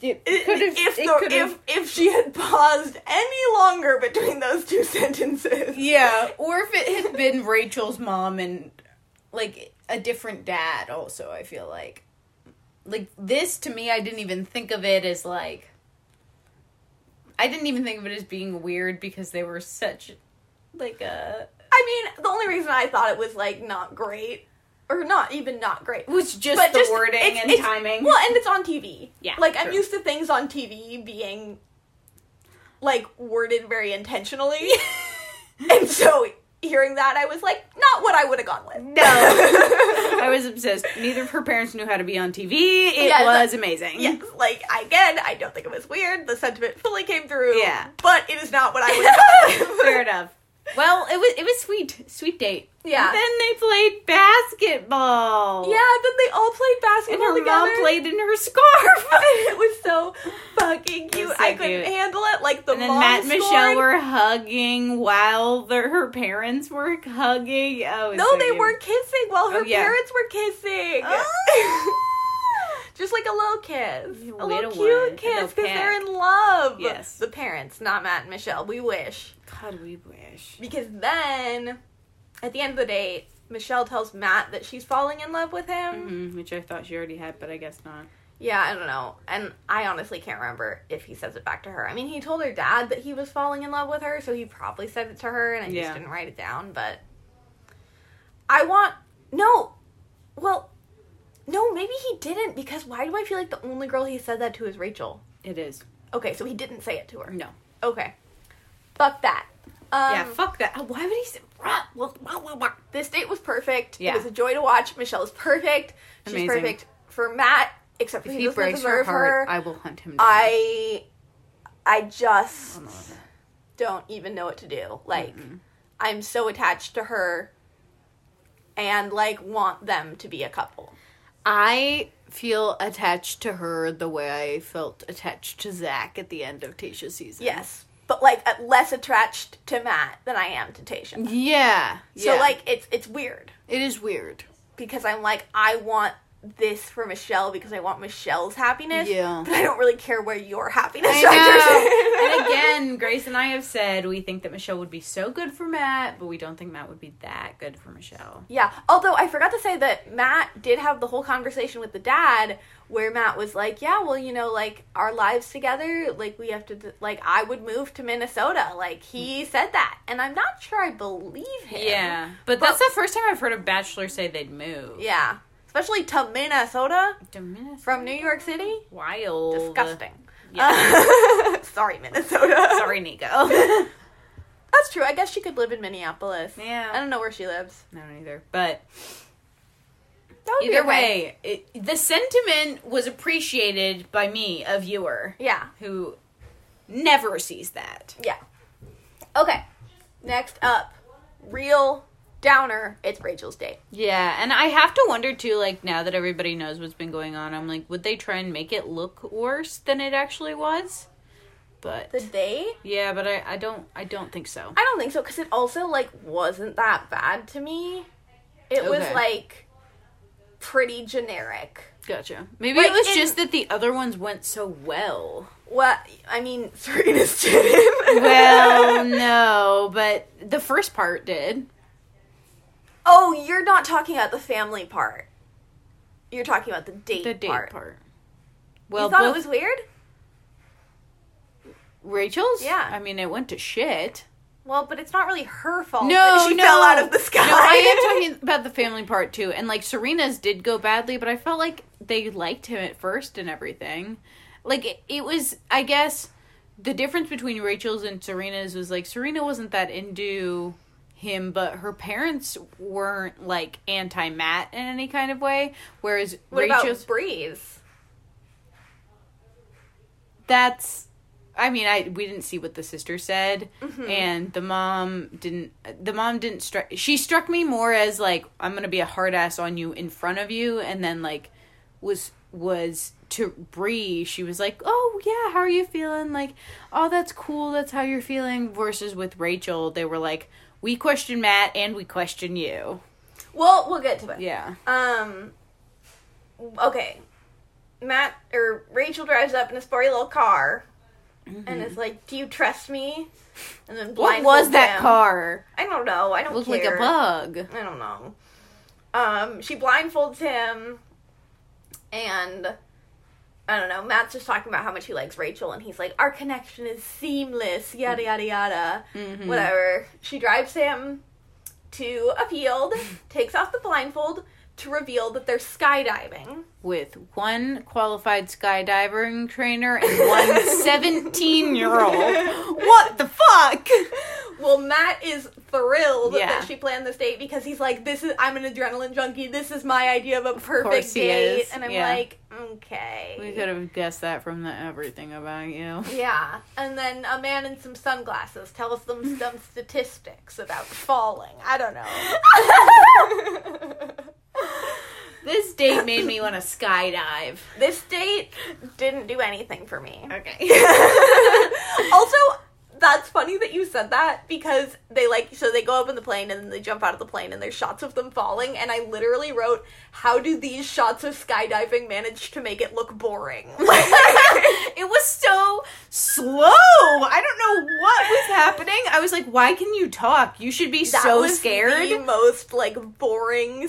It, it- could've- if it the, could've- if if she had paused any longer between those two sentences, yeah, or if it had been Rachel's mom and like a different dad. Also, I feel like like this to me, I didn't even think of it as like. I didn't even think of it as being weird because they were such, like uh, a I mean, the only reason I thought it was like not great, or not even not great, it was just but the just wording it's- and it's- timing. Well, and it's on TV. Yeah, like I'm true. used to things on TV being like worded very intentionally, and so hearing that, I was like, not what I would have gone with. No. I was obsessed. Neither of her parents knew how to be on TV. It Yeah, was that- amazing. Yes, like again, I don't think it was weird. The sentiment fully came through. Yeah. but it is not what I would have. Fair enough. Well, it was it was sweet, sweet date. Yeah. And then they played basketball. Yeah, then they all played And basketball her together. mom played in her scarf. it was so fucking cute. so I couldn't cute. handle it. Like the And then mom Matt and scored. Michelle were hugging while the, her parents were hugging. Oh, it's no, so they cute. were kissing while her Oh, yeah. parents were kissing. Just like a little kiss, You a little little cute one, a little kiss, because they're peck. in love. Yes. the parents, not Matt and Michelle. We wish God, we wish. because then, at the end of the day, Michelle tells Matt that she's falling in love with him. Mhm, which I thought she already had, but I guess not. Yeah, I don't know. And I honestly can't remember if he says it back to her. I mean, he told her dad that he was falling in love with her, so he probably said it to her, and I Yeah. just didn't write it down. But I want. No! Well, no, maybe he didn't, because why do I feel like the only girl he said that to is Rachel? It is. Okay, so he didn't say it to her. No. Okay. Fuck that. Um, Mm-hmm. yeah, fuck that. Uh, Why would he say. Rah, wah, wah, wah, wah. this date was perfect. Yeah. It was a joy to watch. Michelle is perfect. She's Amazing. perfect for Matt, except for If he, he doesn't breaks her deserve heart, her. I will hunt him down. I I just I'll love her. don't even know what to do. Like I'm so attached to her and like want them to be a couple. I feel attached to her the way I felt attached to Zach at the end of Tasha's season. Yes. But like uh, less attached to Matt than I am to Tasha. Yeah. So yeah. like it's it's weird it is weird. because I'm like I want this for Michelle because I want Michelle's happiness. Yeah. But I don't really care where your happiness I know. and again, Grace and I have said we think that Michelle would be so good for Matt, but we don't think Matt would be that good for Michelle. Yeah. Although I forgot to say that Matt did have the whole conversation with the dad where Matt was like, "Yeah, well, you know, like our lives together, like we have to like I would move to Minnesota." Like he said that, and I'm not sure I believe him. Hmm. Yeah. But, that's the first time I've heard a bachelor say they'd move. Yeah. Especially to Minnesota Dominic- from New York City. Wild. Disgusting. Yeah. Sorry, Minnesota. Sorry, Nico. I That's true. I guess she could live in Minneapolis. Yeah. I don't know where she lives. don't either. But That would be either okay. way, it, the sentiment was appreciated by me, a viewer, Yeah. who never sees that. Yeah. Okay. Next up, real downer. It's Rachel's date. Yeah, and I have to wonder too, like, now that everybody knows what's been going on, I'm like, would they try and make it look worse than it actually was? But The date? yeah, but I, I don't I don't think so. I don't think so because it also like wasn't that bad to me. It was Okay. like pretty generic. Gotcha. Maybe Like, it was in- just that the other ones went so well. Well, I mean, Serena's didn't. Well, no, but the first part did. oh, you're not talking about the family part. You're talking about the date The date part. part. Well, you thought both it was weird? Rachel's. Yeah. I mean, it went to shit. Well, but it's not really her fault. No, that she no. fell out of the sky. No, I am talking about the family part too, and like Serena's did go badly, but I felt like they liked him at first and everything. Like it, it was, I guess, the difference between Rachel's and Serena's was like Serena wasn't that into him, but her parents weren't like anti Matt in any kind of way. Whereas What Rachel's, about Breeze? that's i mean i we didn't see what the sister said Mm-hmm. and the mom didn't the mom didn't strike she struck me more as like i'm gonna be a hard ass on you in front of you and then like was was to Bree, she was like, "Oh yeah, how are you feeling?" Like, "Oh, that's cool. That's how you're feeling." Versus with Rachel, they were like, "We question Matt and we question you." Well, we'll get to it. Yeah, Um. Okay. Matt or Rachel drives up in a sporty little car, and is like, "Do you trust me?" And then Mm-hmm. what blindfolds was that him. car? I don't know. I don't Looked like care. a bug. I don't know. Um, she blindfolds him, and I don't know. Matt's just talking about how much he likes Rachel, and he's like, "Our connection is seamless." Yada yada yada. Mm-hmm. Whatever. She drives him to a field, takes off the blindfold to reveal that they're skydiving. with one qualified skydiving trainer and one 17 year old. What the fuck? Well, Matt is thrilled Yeah. that she planned this date because he's like, "This is I'm an adrenaline junkie. This is my idea of a perfect course he date." is, And I'm yeah. like, "Okay." We could have guessed that from the everything about you. Yeah, and then a man in some sunglasses tells them some statistics about falling. I don't know. This date made me want to skydive. this date didn't do anything for me. Okay. also, that's funny that you said that because they like so they go up in the plane and then they jump out of the plane and there's shots of them falling and I literally wrote, "How do these shots of skydiving manage to make it look boring?" it was so slow. I don't know what was happening. I was like, why can you talk? You should be That so was scared. The most like boring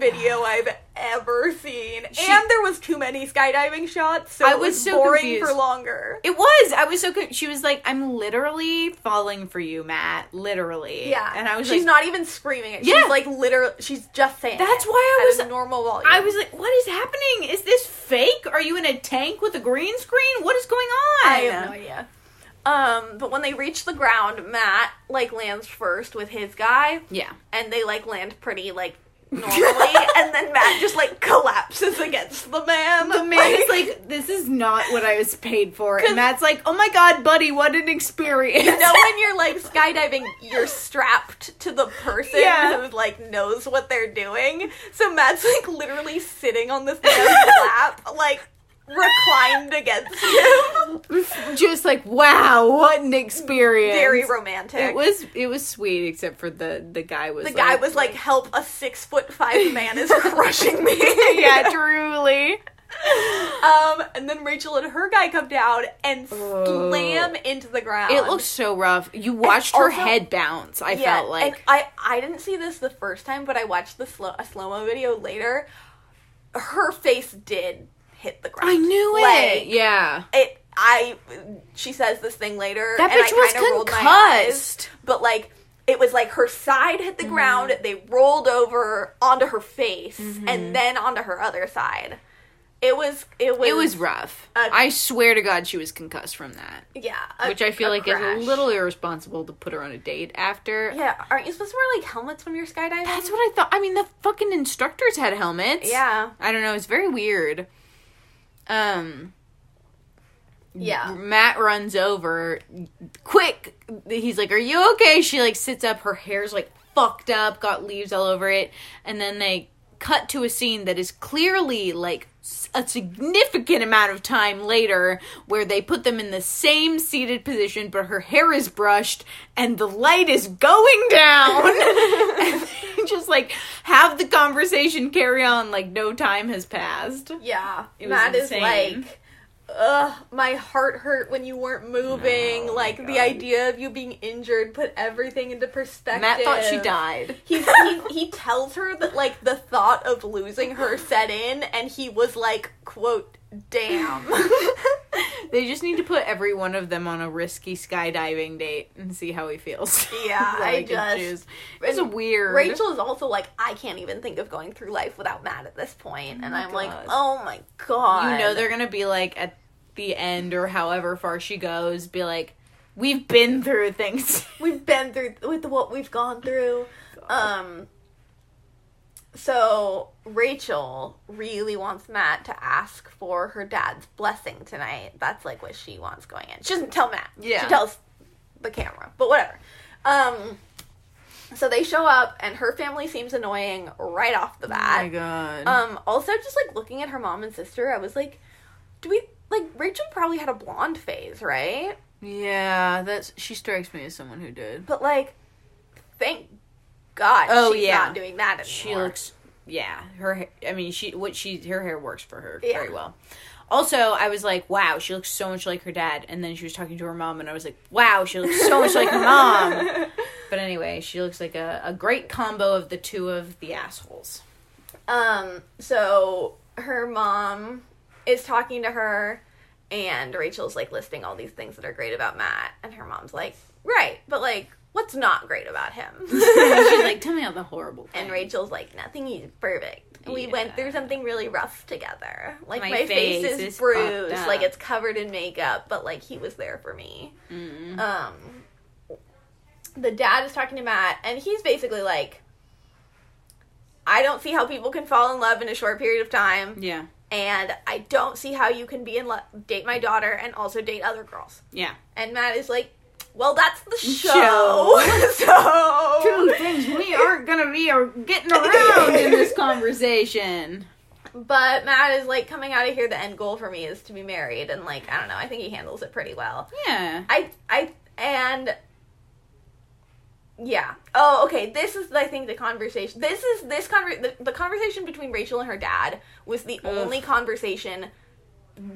video I've ever seen, and there was too many skydiving shots, so I it was, was so boring for confused. longer. It was. I was so good. She was like, I'm literally falling for you, Matt. Literally. Yeah, And I was she's like, not even screaming it. Yeah. She's like literally, she's just saying. That's it why I at was- a normal volume. I was like, what is happening? Is this fake? Are you in a tank with a green screen? What is going on? I have no idea. Um, but when they reach the ground, Matt like lands first with his guy, Yeah. and they like land pretty like normally, and then Matt just like collapses against the man. The man is like, this is not what I was paid for. And Matt's like, oh my god, buddy, what an experience. You know when you're like skydiving, you're strapped to the person Yeah. who like knows what they're doing. So Matt's like literally sitting on this man's lap, like reclined against him. Just like wow, what an experience! Very romantic. It was it was sweet, except for the the guy was the like, guy was like, "Help! A six foot five man is crushing me." yeah, truly. Um, and then Rachel and her guy come down and Oh. slam into the ground. It looked so rough. You watched her also- head bounce. I Yeah, felt like and I I didn't see this the first time, but I watched the slow a slow mo video later. Her face did hit the ground. I knew Like, it. Yeah, It. I. She says this thing later. that and bitch I kinda was rolled my eyes. concussed. Mm-hmm. but like it was like her side hit the ground they rolled over onto her face and then onto her other side it was it was Mm-hmm. It was rough. a- I swear to God, she was concussed from that, yeah a- which I feel like crash. is a little irresponsible to put her on a date after. yeah aren't you supposed to wear like helmets when you're skydiving That's what I thought. I mean, the fucking instructors had helmets. yeah I don't know. It's very weird. Um, yeah Matt runs over, quick. He's like, "Are you okay?" She like sits up. Her hair's like fucked up, got leaves all over it, and then they cut to a scene that is clearly like s- a significant amount of time later where they put them in the same seated position but her hair is brushed and the light is going down and they just like have the conversation carry on like no time has passed yeah It was matt is insane. like Ugh, my heart hurt when you weren't moving. No, like Oh my the God. idea of you being injured put everything into perspective. matt thought she died He's, he he tells her that like the thought of losing her set in, and he was like, "quote Damn." They just need to put every one of them on a risky skydiving date and see how he feels. Yeah, So I they can just- It's and weird. Rachel is also like, "I can't even think of going through life without Matt at this point," and my I'm like, God. "Oh my god!" you know they're gonna be like at the end or however far she goes, be like, "We've been through things." we've been through with what we've gone through. Um. So Rachel really wants Matt to ask for her dad's blessing tonight. That's like what she wants going in. She doesn't tell Matt. Yeah. She tells the camera, but whatever. Um. So they show up, and her family seems annoying right off the bat. Oh god. Um, also just like looking at her mom and sister, I was like, do we like Rachel probably had a blonde phase, right? yeah, that's she strikes me as someone who did. But like, thank God Oh, she's yeah. not doing that anymore. She looks yeah, her ha- I mean, she what she her hair works for her Yeah. very well. Also, I was like, wow, she looks so much like her dad. And then she was talking to her mom, and I was like, wow, she looks so much like her mom. But anyway, she looks like a, a great combo of the two of the assholes. Um, so her mom is talking to her, and Rachel's like listing all these things that are great about Matt, and her mom's like, right, but like, what's not great about him? She's like, tell me all the horrible things. And Rachel's like, nothing, he's perfect. We went through Yeah. something really rough together. Like, My my, face face, is, is bruised. fucked up. Like, it's covered in makeup, but, like, he was there for me. Mm. Um, the dad is talking to Matt, and he's basically like, I don't see how people can fall in love in a short period of time, Yeah, and I don't see how you can be in love, date my daughter, and also date other girls. yeah. And Matt is like, well, that's the show. Show. so. Two things we aren't gonna be or getting around in this conversation. But Matt is like coming out of here. The end goal for me is to be married, and like I don't know. I think he handles it pretty well. Yeah. I I and yeah. Oh, okay. This is I think the conversation. This is this conver the, the conversation between Rachel and her dad was the Ugh. only conversation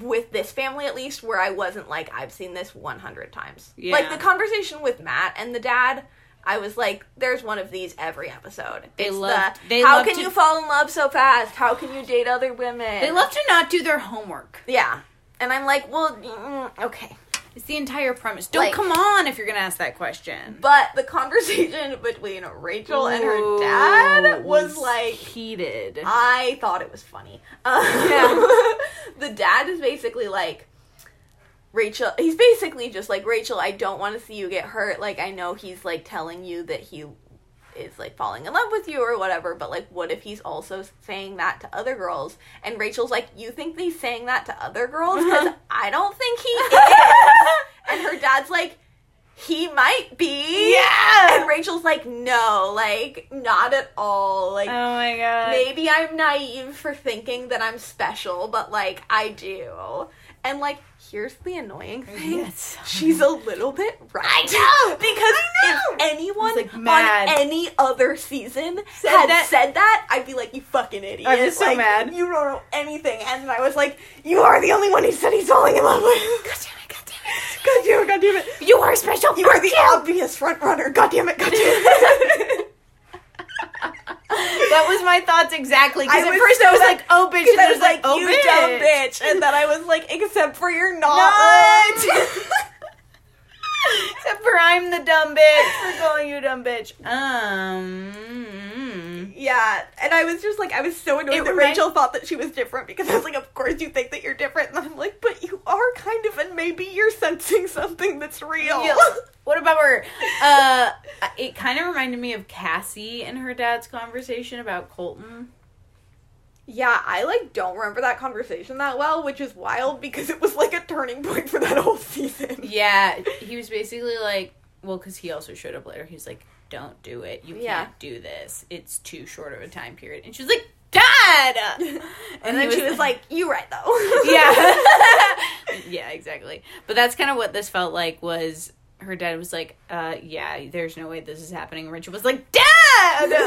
with this family at least where I wasn't like I've seen this one hundred times. Like Yeah. the conversation with Matt and the dad. I was like, "There's one of these every episode." They it's love- the, they how love can to- you fall in love so fast? How can you date other women? They love to not do their homework. Yeah. And I'm like, well, mm, okay. It's the entire premise. Don't Like- come on if you're gonna ask that question. But the conversation between Rachel and her dad Ooh, was like, heated. I thought it was funny. Um, Yeah. the dad is basically like, Rachel, he's basically just like, Rachel, I don't want to see you get hurt. Like, I know he's like telling you that he is like falling in love with you or whatever, but like, what if he's also saying that to other girls? And Rachel's like, You think he's saying that to other girls? Because I don't think he is. and her dad's like, he might be. Yeah. And Rachel's like, no, like, not at all. Like, Oh my god. maybe I'm naive for thinking that I'm special, but like, I do. And like, here's the annoying thing. Yes. She's a little bit right. know, because I if anyone It's, like, on mad. any other season Said had that- said that, I'd be like, "You fucking idiot!" I'm just so Like, mad. You don't know anything. And I was like, "You are the only one who said he's falling in love with." God damn it! God damn it! Oh God damn it! You are special. You are the obvious front runner. God damn it! God damn it! That was my thoughts exactly. Because I at was first so I was mad- like, oh bitch, Because and I was like, oh "You bitch. dumb bitch," and then I was like, "Except for you're not." Not. right." Except for I'm the dumb bitch for calling you a dumb bitch. Um. Yeah, and I was just like, I was so annoyed It that remind- Rachel thought that she was different because I was like, of course you think that you're different, and I'm like, but you are kind of, and maybe you're sensing something that's real. Yeah. What about her? Uh, it kind of reminded me of Cassie and her dad's conversation about Colton. yeah, I like don't remember that conversation that well, which is wild because it was like a turning point for that whole season. Yeah, he was basically like, well, because he also showed up later. He's like, don't do it. You Yeah. can't do this. It's too short of a time period. And she was like, Dad! and, And then he she was- was like, "You right though." yeah. yeah, exactly. But that's kind of what this felt like was her dad was like, uh, yeah, there's no way this is happening. And Rachel was like, Dad!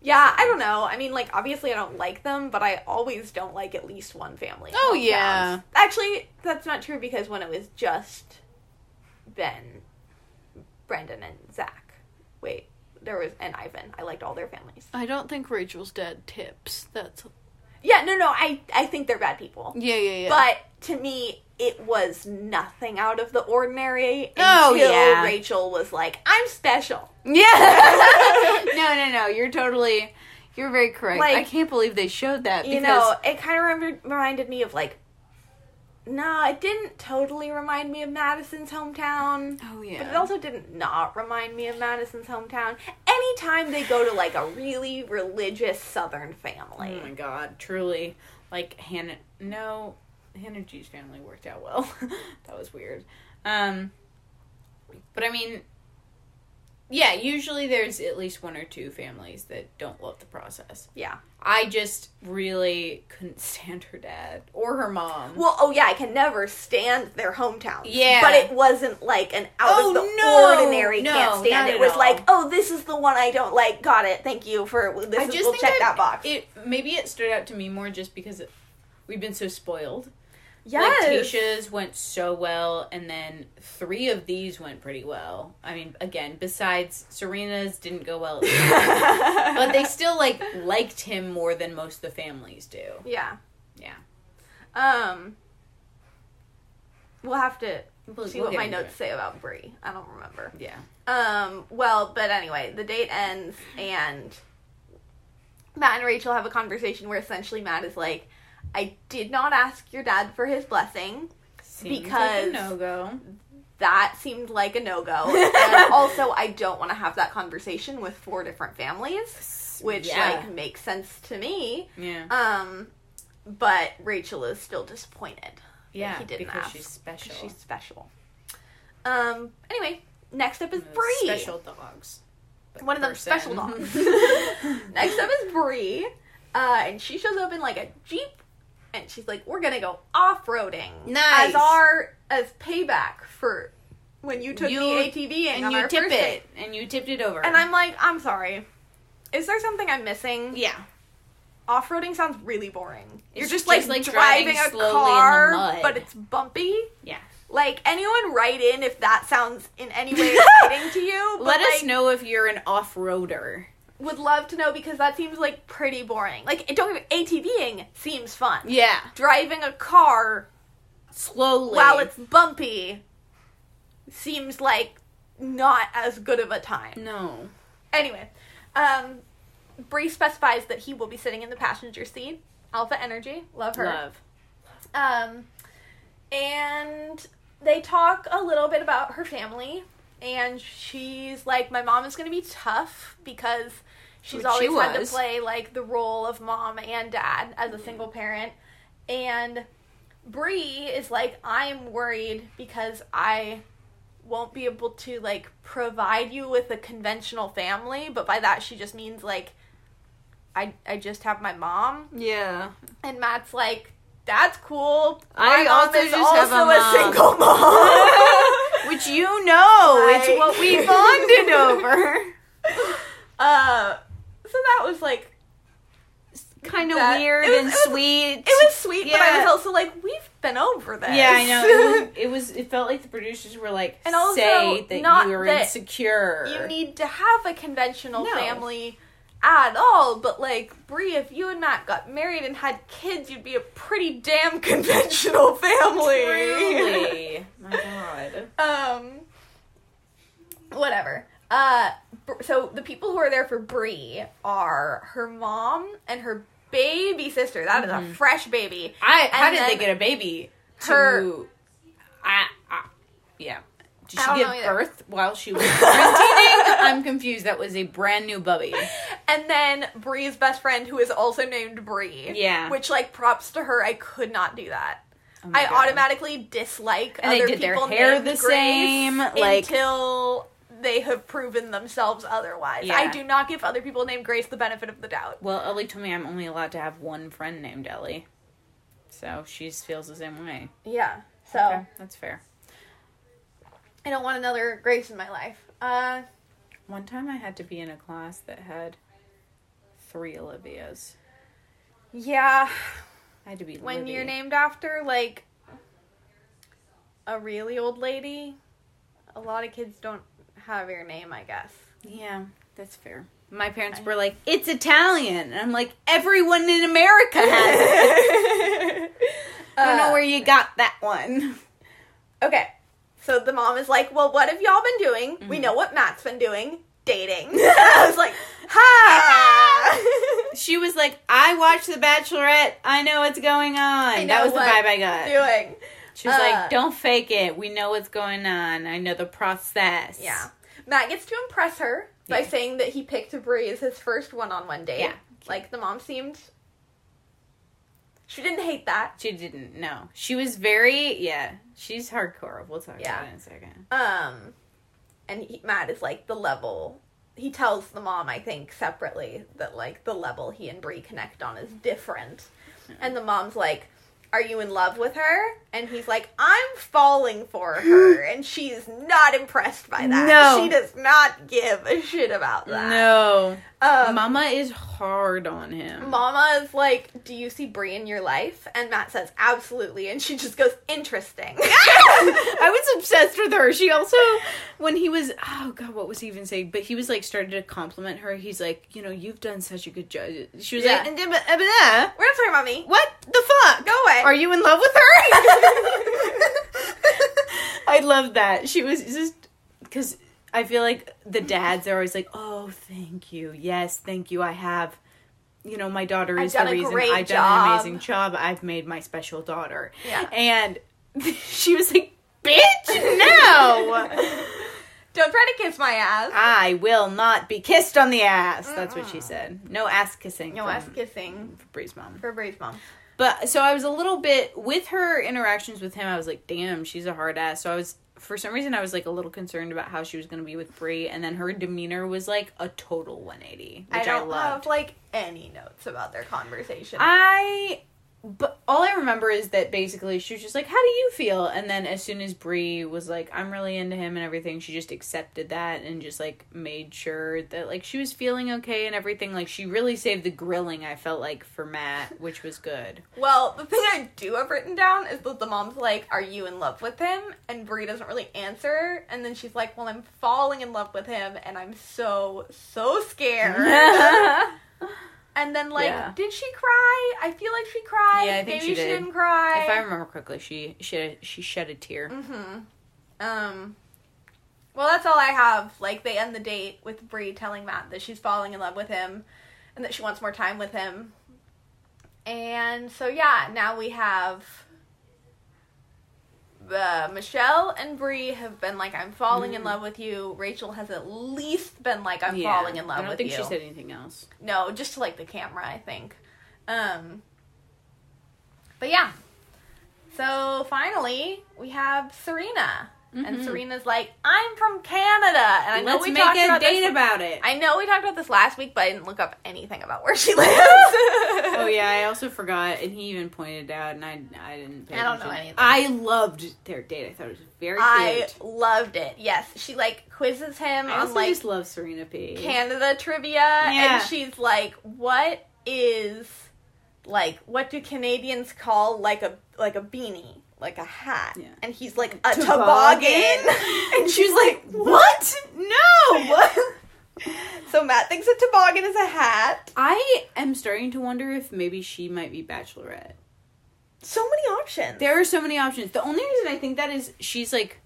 yeah, I don't know. I mean, like, obviously, I don't like them, but I always don't like at least one family. Oh, yeah. Um, Actually, that's not true because when it was just Ben, Brendan, and Zach. Wait, there was and Ivan. I liked all their families. I don't think Rachel's dad tips. That's Yeah, no, no. I I think they're bad people, yeah, yeah, yeah. but to me. It was nothing out of the ordinary until Oh, yeah. Rachel was like, "I'm special." yeah. no, no, no. You're totally, you're very correct. Like, I can't believe they showed that. you know, it kind of remembered, reminded me of like. No, it didn't totally remind me of Madison's hometown, oh but it yeah. also didn't not remind me of Madison's hometown. Anytime they go to like a really religious Southern family, Oh my god, truly. Like Hannah no Hannah G's family worked out well. that was weird. Um but I mean yeah, usually there's at least one or two families that don't love the process. yeah. I just really couldn't stand her dad or her mom. Well, oh yeah, I can never stand their hometown. Yeah. but it wasn't like an out Oh, of the no, ordinary no, can't not stand. It at was all. like, oh, this is the one I don't like. Got it. Thank you for this. I Is, just we'll think check that box. It maybe it stood out to me more just because it, we've been so spoiled. yes, Like Tisha's went so well, and then three of these went pretty well. I mean, again, besides Serena's didn't go well, but they still like liked him more than most of the families do. yeah, Yeah, Um, we'll have to We'll- see we'll what get my into notes say about Brie. I don't remember. yeah. Um, well, but anyway, the date ends, and Matt and Rachel have a conversation where essentially Matt is like, "I did not ask your dad for his blessing. Seems like Because- no go. That seemed like a no go. and also, I don't want to have that conversation with four different families, which Yeah. like makes sense to me. Yeah, Um, but Rachel is still disappointed. yeah. he didn't because ask, she's special. She's special. Um. Anyway, next up is Those Bree. Special dogs. But One of them person. special dogs. next up is Bree, uh, and she shows up in like a jeep, and she's like, "We're gonna go off roading Nice. as our as payback for when you took You- the ATV and and on you our tip it, first date." and you tipped it over. And I'm like, "I'm sorry." Is there something I'm missing? yeah. Off roading sounds really boring. You're It's just, just like, like driving, driving a slowly in the car, mud. but it's bumpy. Yeah. Like anyone write in if that sounds in any way exciting to you. But Let us like, know if you're an off roader. Would love to know because that seems like pretty boring. Like it- don't get me- ATVing seems fun. Yeah. Driving a car Slowly. while it's bumpy seems like not as good of a time. no. Anyway, um, Bree specifies that he will be sitting in the passenger seat. Alpha Energy, love her. Love. Um, and they talk a little bit about her family, and she's like, "My mom is going to be tough because she's Which she always had to was. Mm-hmm. play like the role of mom and dad as a single parent." And Bree is like, I'm worried because I won't be able to like provide you with a conventional family, but by that she just means like I I just have my mom. Yeah. And Matt's like, That's cool. I also just have a mom." single mom. Which you know, Oh, Right. it's what we bonded over. uh so that was like Kind of That- weird it was- and it was- sweet. It was sweet, but I Yeah. was also like, we've been over this. Yeah, I know. It was, it was. It felt like the producers were like, And also, say that not you were that insecure. you need to have a conventional No. family at all, but like Brie, if you and Matt got married and had kids, you'd be a pretty damn conventional family. Truly. My God. um, whatever. Uh, Br- so the people who are there for Brie are her mom and her baby sister. That is Mm-hmm. a fresh baby. I. How And did they then get a baby? her- To, I, I. Yeah. Did I she don't give know either. birth while she was quarantining? I'm confused. That was a brand new bubby. Oh And then Bree's best friend, who is also named Bree. Yeah. Which, like, props to her. I could not do that. Oh my I God. automatically dislike And they other did their people hair named the Grace same, like- until they have proven themselves otherwise. Yeah. I do not give other people named Grace the benefit of the doubt. Well, Ellie told me I'm only allowed to have one friend named Ellie. So she feels the same way. Yeah. So Okay, that's fair. I don't want another Grace in my life. Uh, One time I had to be in a class that had three Olivias. yeah. I had to be When Livy. you're named after like a really old lady, a lot of kids don't have your name. I guess. Yeah, that's fair. My parents were like, "It's Italian," and I'm like, "Everyone in America has." it. I don't know Uh, where you got that one. Okay. So the mom is like, Well, what have y'all been doing? We know what Matt's been doing dating. I was like, Ha! She was like, "I watched The Bachelorette. I know what's going on." know that was the what vibe I got. doing. She was Uh, like, "Don't fake it. We know what's going on. I know the process." Yeah. Matt gets to impress her by Yeah. saying that he picked Bree as his first one on one date. Yeah. Like the mom seemed. She didn't hate that. She didn't know. She was very yeah. She's hardcore. We'll talk Yeah. about it in a second. Um, and he, Matt is like the level. He tells the mom, I think, separately that like the level he and Bree connect on is different. And the mom's like, "Are you in love with her?" And he's like, "I'm falling for her," and she's not impressed by that. No. she does not give a shit about that. No, um, Mama is hard on him. Mama is like, "Do you see Bree in your life?" And Matt says, "Absolutely," and she just goes, "Interesting." I was obsessed with her. She also, when he was, oh god, what was he even saying? But he was like started to compliment her. He's like, you know, you've done such a good job. She was Yeah. like, "And then- but- but, uh, We're not talking about me. what the fuck? Go away. Are you in love with her? I love that. She was just because I feel like the dads are always like, oh, thank you, yes, thank you. I have, you know, my daughter I've is done the a reason great I've job." done an amazing job. I've made my special daughter. Yeah. and she was like, bitch, no. Don't try to kiss my ass. I will not be kissed on the ass. That's what she said. No ass kissing. No from ass kissing Bree's mom. for Bree's mom. But so I was a little bit with her interactions with him. I was like, damn, she's a hard ass. So I was for some reason I was like a little concerned about how she was going to be with Brie, and then her demeanor was like a total 180, which I, I don't have loved. like any notes about their conversation. I but all I remember is that basically she was just like, "How do you feel?" And then as soon as Brie was like, "I'm really into him and everything," she just accepted that and just like made sure that like she was feeling okay and everything. Like she really saved the grilling. I felt like for Matt, which was good. well, the thing I do have written down is that the mom's like, "Are you in love with him?" And Brie doesn't really answer, and then she's like, "Well, I'm falling in love with him, and I'm so so scared." and then like, Yeah. did she cry? I feel like she cried. Yeah, I think Maybe she did. not cry. If I remember correctly, she she she shed a tear. Um. Well, that's all I have. Like they end the date with Bree telling Matt that she's falling in love with him, and that she wants more time with him. And so yeah, now we have. Uh, Michelle and Bree have been like, "I'm falling in love with you." Rachel has at least been like, "I'm Mm. Yeah. falling in love I don't with think you." she said anything else. no, just to like the camera, I think. Um. But yeah, So finally, we have Serena. And Serena's like, I'm from Canada. And Mm-hmm. I know Mm-hmm. Let's we make talked a about date this. about it. I know we talked about this last week, but I didn't look up anything about where she lives. oh oh yeah, I also forgot, and he even pointed out, and I I didn't. Pay I don't know attention. anything. I loved their date. I thought it was very I cute. loved it. Yes, she like quizzes him I on also like just love Serena P. Canada trivia, Yeah. and she's like, "What is like what do Canadians call like a like a beanie, like a hat?" Yeah. And he's like, "A Toboggan?" toboggan,", and she's like, What? No. "What?" so Matt thinks a toboggan is a hat. I am starting to wonder if maybe she might be bachelorette. So many options. There are so many options. The only reason I think that is she's like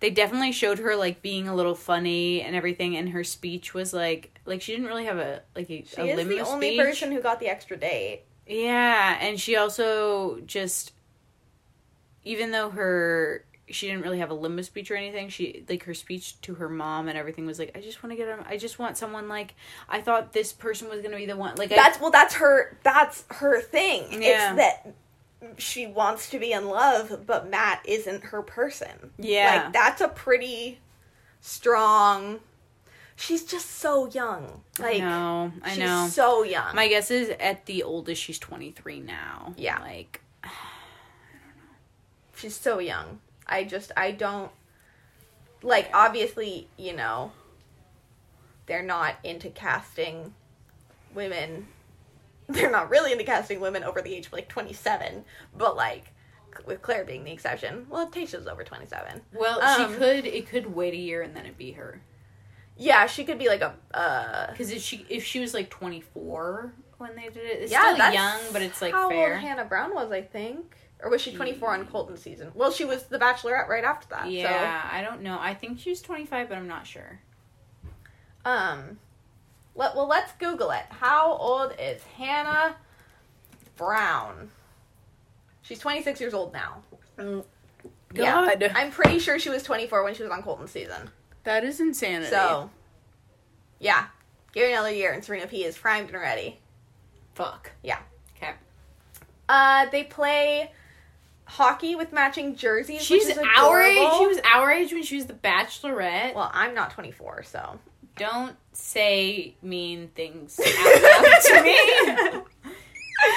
they definitely showed her like being a little funny and everything and her speech was like like she didn't really have a like a, she a is limit the of only speech. person who got the extra date. Yeah, and she also just even though her she didn't really have a limbo speech or anything, she like her speech to her mom and everything was like, I just want to get on I just want someone like I thought this person was gonna be the one like I That's well. That's her. That's her thing. Yeah. It's that she wants to be in love, but Matt isn't her person. Yeah. like that's a pretty strong. She's just so young. Like know, I she's know. so young. My guess is at the oldest she's twenty three now. Yeah. Like she's so young. I just I don't like. Obviously, you know, they're not into casting women. They're not really into casting women over the age of like twenty seven, but like c- with Claire being the exception. Well, Tasha's over twenty seven. Well Um, she could it could wait a year and then it'd be her. Yeah, she could be like a. uh Because if she if she was like twenty four when they did it, it's Yeah, still that's young, but it's like how fair. Hmm. old Hannah Brown was, I think, or was she twenty four on Colton season? Well, she was the Bachelorette right after that. So. yeah, I don't know. I think she's twenty five, but I'm not sure. Um, let, well, let's Google it. How old is Hannah Brown? She's 26 years old now. Mm, Yeah. I'm pretty sure she was 24 when she was on Colton's season. that is insanity. So, yeah. Give it another year and Serena P is primed and ready. fuck. Yeah. Okay. Uh, they play hockey with matching jerseys. She's which is our age. adorable. She was our age when she was the Bachelorette. Well, I'm not 24, so. Don't say mean things out loud to me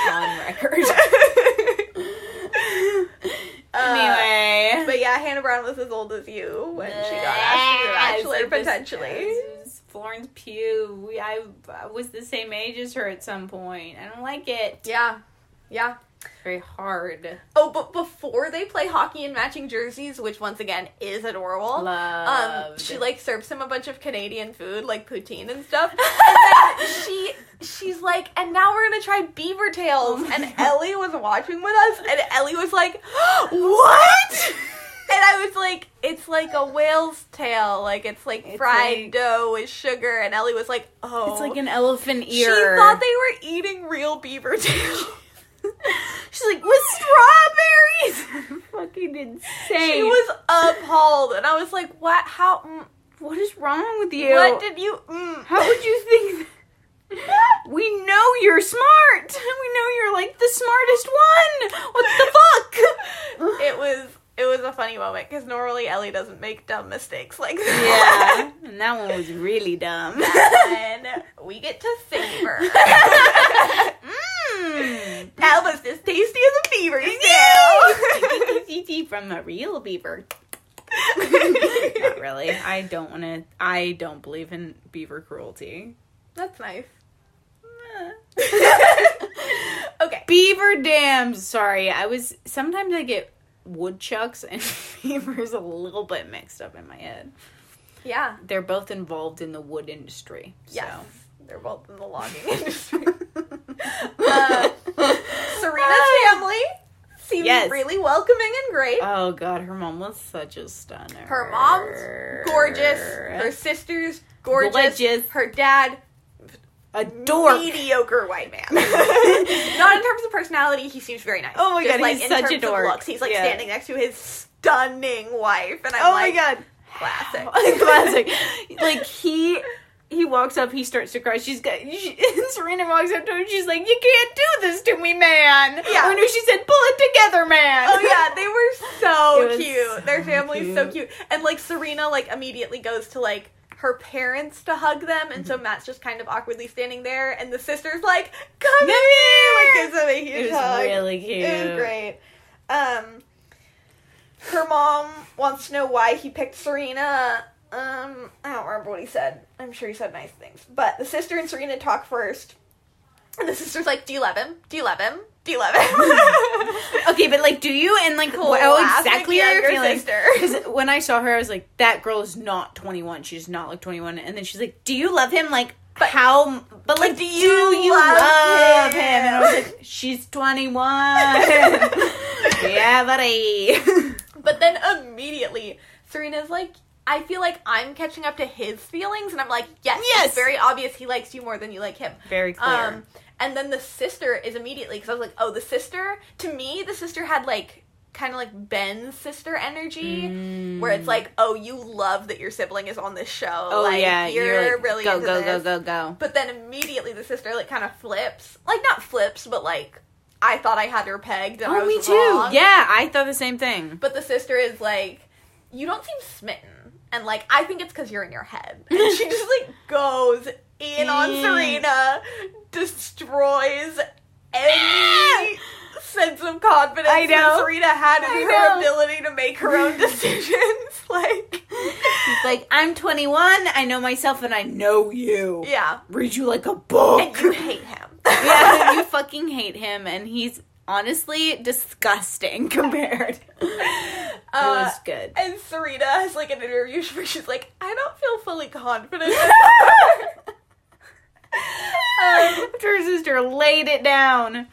on record. Uh, anyway, But yeah, Hannah Brown was as old as you when she got asked to be Yes, bachelor, potentially. this is Florence Pugh. We, I, I was the same age as her at some point. I don't like it. Yeah. Yeah. Very hard. Oh, but before they play hockey in matching jerseys, which once again is adorable. Um, Love. she like serves him a bunch of Canadian food, like poutine and stuff. And then she she's like, and now we're gonna try beaver tails. and Ellie was watching with us, and Ellie was like, what? and I was like, it's like a whale's tail, like it's like It's fried like- dough with sugar. And Ellie was like, oh, It's like an elephant she ear. thought they were eating real beaver tails. She's like, with strawberries. fucking insane. She was appalled, and I was like, "What? How? Mm, what is wrong with you? What did you? Mm. How would you think? that- we know you're smart. We know you're like the smartest one. What the fuck? It was. It was a funny moment because normally Ellie doesn't make dumb mistakes like yeah, that. and that one was really dumb. and we get to savor. Mmm. that was as tasty as a beaver's tail. From a real beaver. Not Not really. I don't want to. I don't believe in beaver cruelty. That's nice. okay. Beaver dams. Sorry, I was. Sometimes I get woodchucks and beavers a little bit mixed up in my head. Yeah. They're both involved in the wood industry. So. Yes. They're both in the logging industry. Uh, Serena's family seems Yes. really welcoming and great. Oh god, her mom was such a stunner. Her mom's gorgeous. Her sister's gorgeous. Gorgeous. Her dad, a dork. mediocre white man. Not in terms of personality, he seems very nice. Oh my Just God, like he's in such a terms dork. Of looks, he's like Yeah. standing next to his stunning wife, and I'm Oh like, my god. classic. Classic. like he he walks up, he starts to cry. She's got she, and Serena walks up to him. She's like, "You can't do this to me, man." Yeah. Or no, she said, "Pull it together, man." Oh yeah, they were It so was cute. Their so family's so cute. And like Serena like immediately goes to like her parents to hug them and Mm-hmm. so Matt's just kind of awkwardly standing there and the sister's like, Come Come here here! like gives him a huge It was hug. really cute. It was great. Um her mom wants to know why he picked Serena. Um, I don't remember what he said. I'm sure he said nice things. But the sister and Serena talk first. And the sister's like, Do you love him? Do you love him? Do you love him? Okay, but like, do you and like, Cool. how Ask exactly again, are your your feelings? sister. Because when I saw her, I was like, that girl is not 21. She does not look 21. And then she's like, do you love him? Like, But- how? But like, do you, love love, him? him? And I was like, she's 21. yeah, buddy. But then immediately, Serena's like, I feel like I'm catching up to his feelings, and I'm like, yes, Yes! it's very obvious he likes you more than you like him. Very clear. Um, and then the sister is immediately because I was like, oh, the sister. To me, the sister had like kind of like Ben's sister energy, where it's like, oh, you love that your sibling is on this show. oh like, yeah, you're, really go into go this. go go go. But then immediately the sister like kind of flips, like not flips, but like I thought I had her pegged. And I Oh, was me too. wrong. Yeah, I thought the same thing. But the sister is like, you don't seem smitten. And like, I think it's because you're in your head. And she just like goes in on Mm. Serena, destroys any sense of confidence I that know. Serena had in I her know. ability to make her own decisions. like, She's like, I'm 21. I know myself, and I know you. yeah. Read you like a book. And you hate him. yeah, you fucking hate him, and he's honestly disgusting compared. it Uh, was good. And Serena has like an interview where she's like, I don't feel fully confident. um, After her sister laid it down.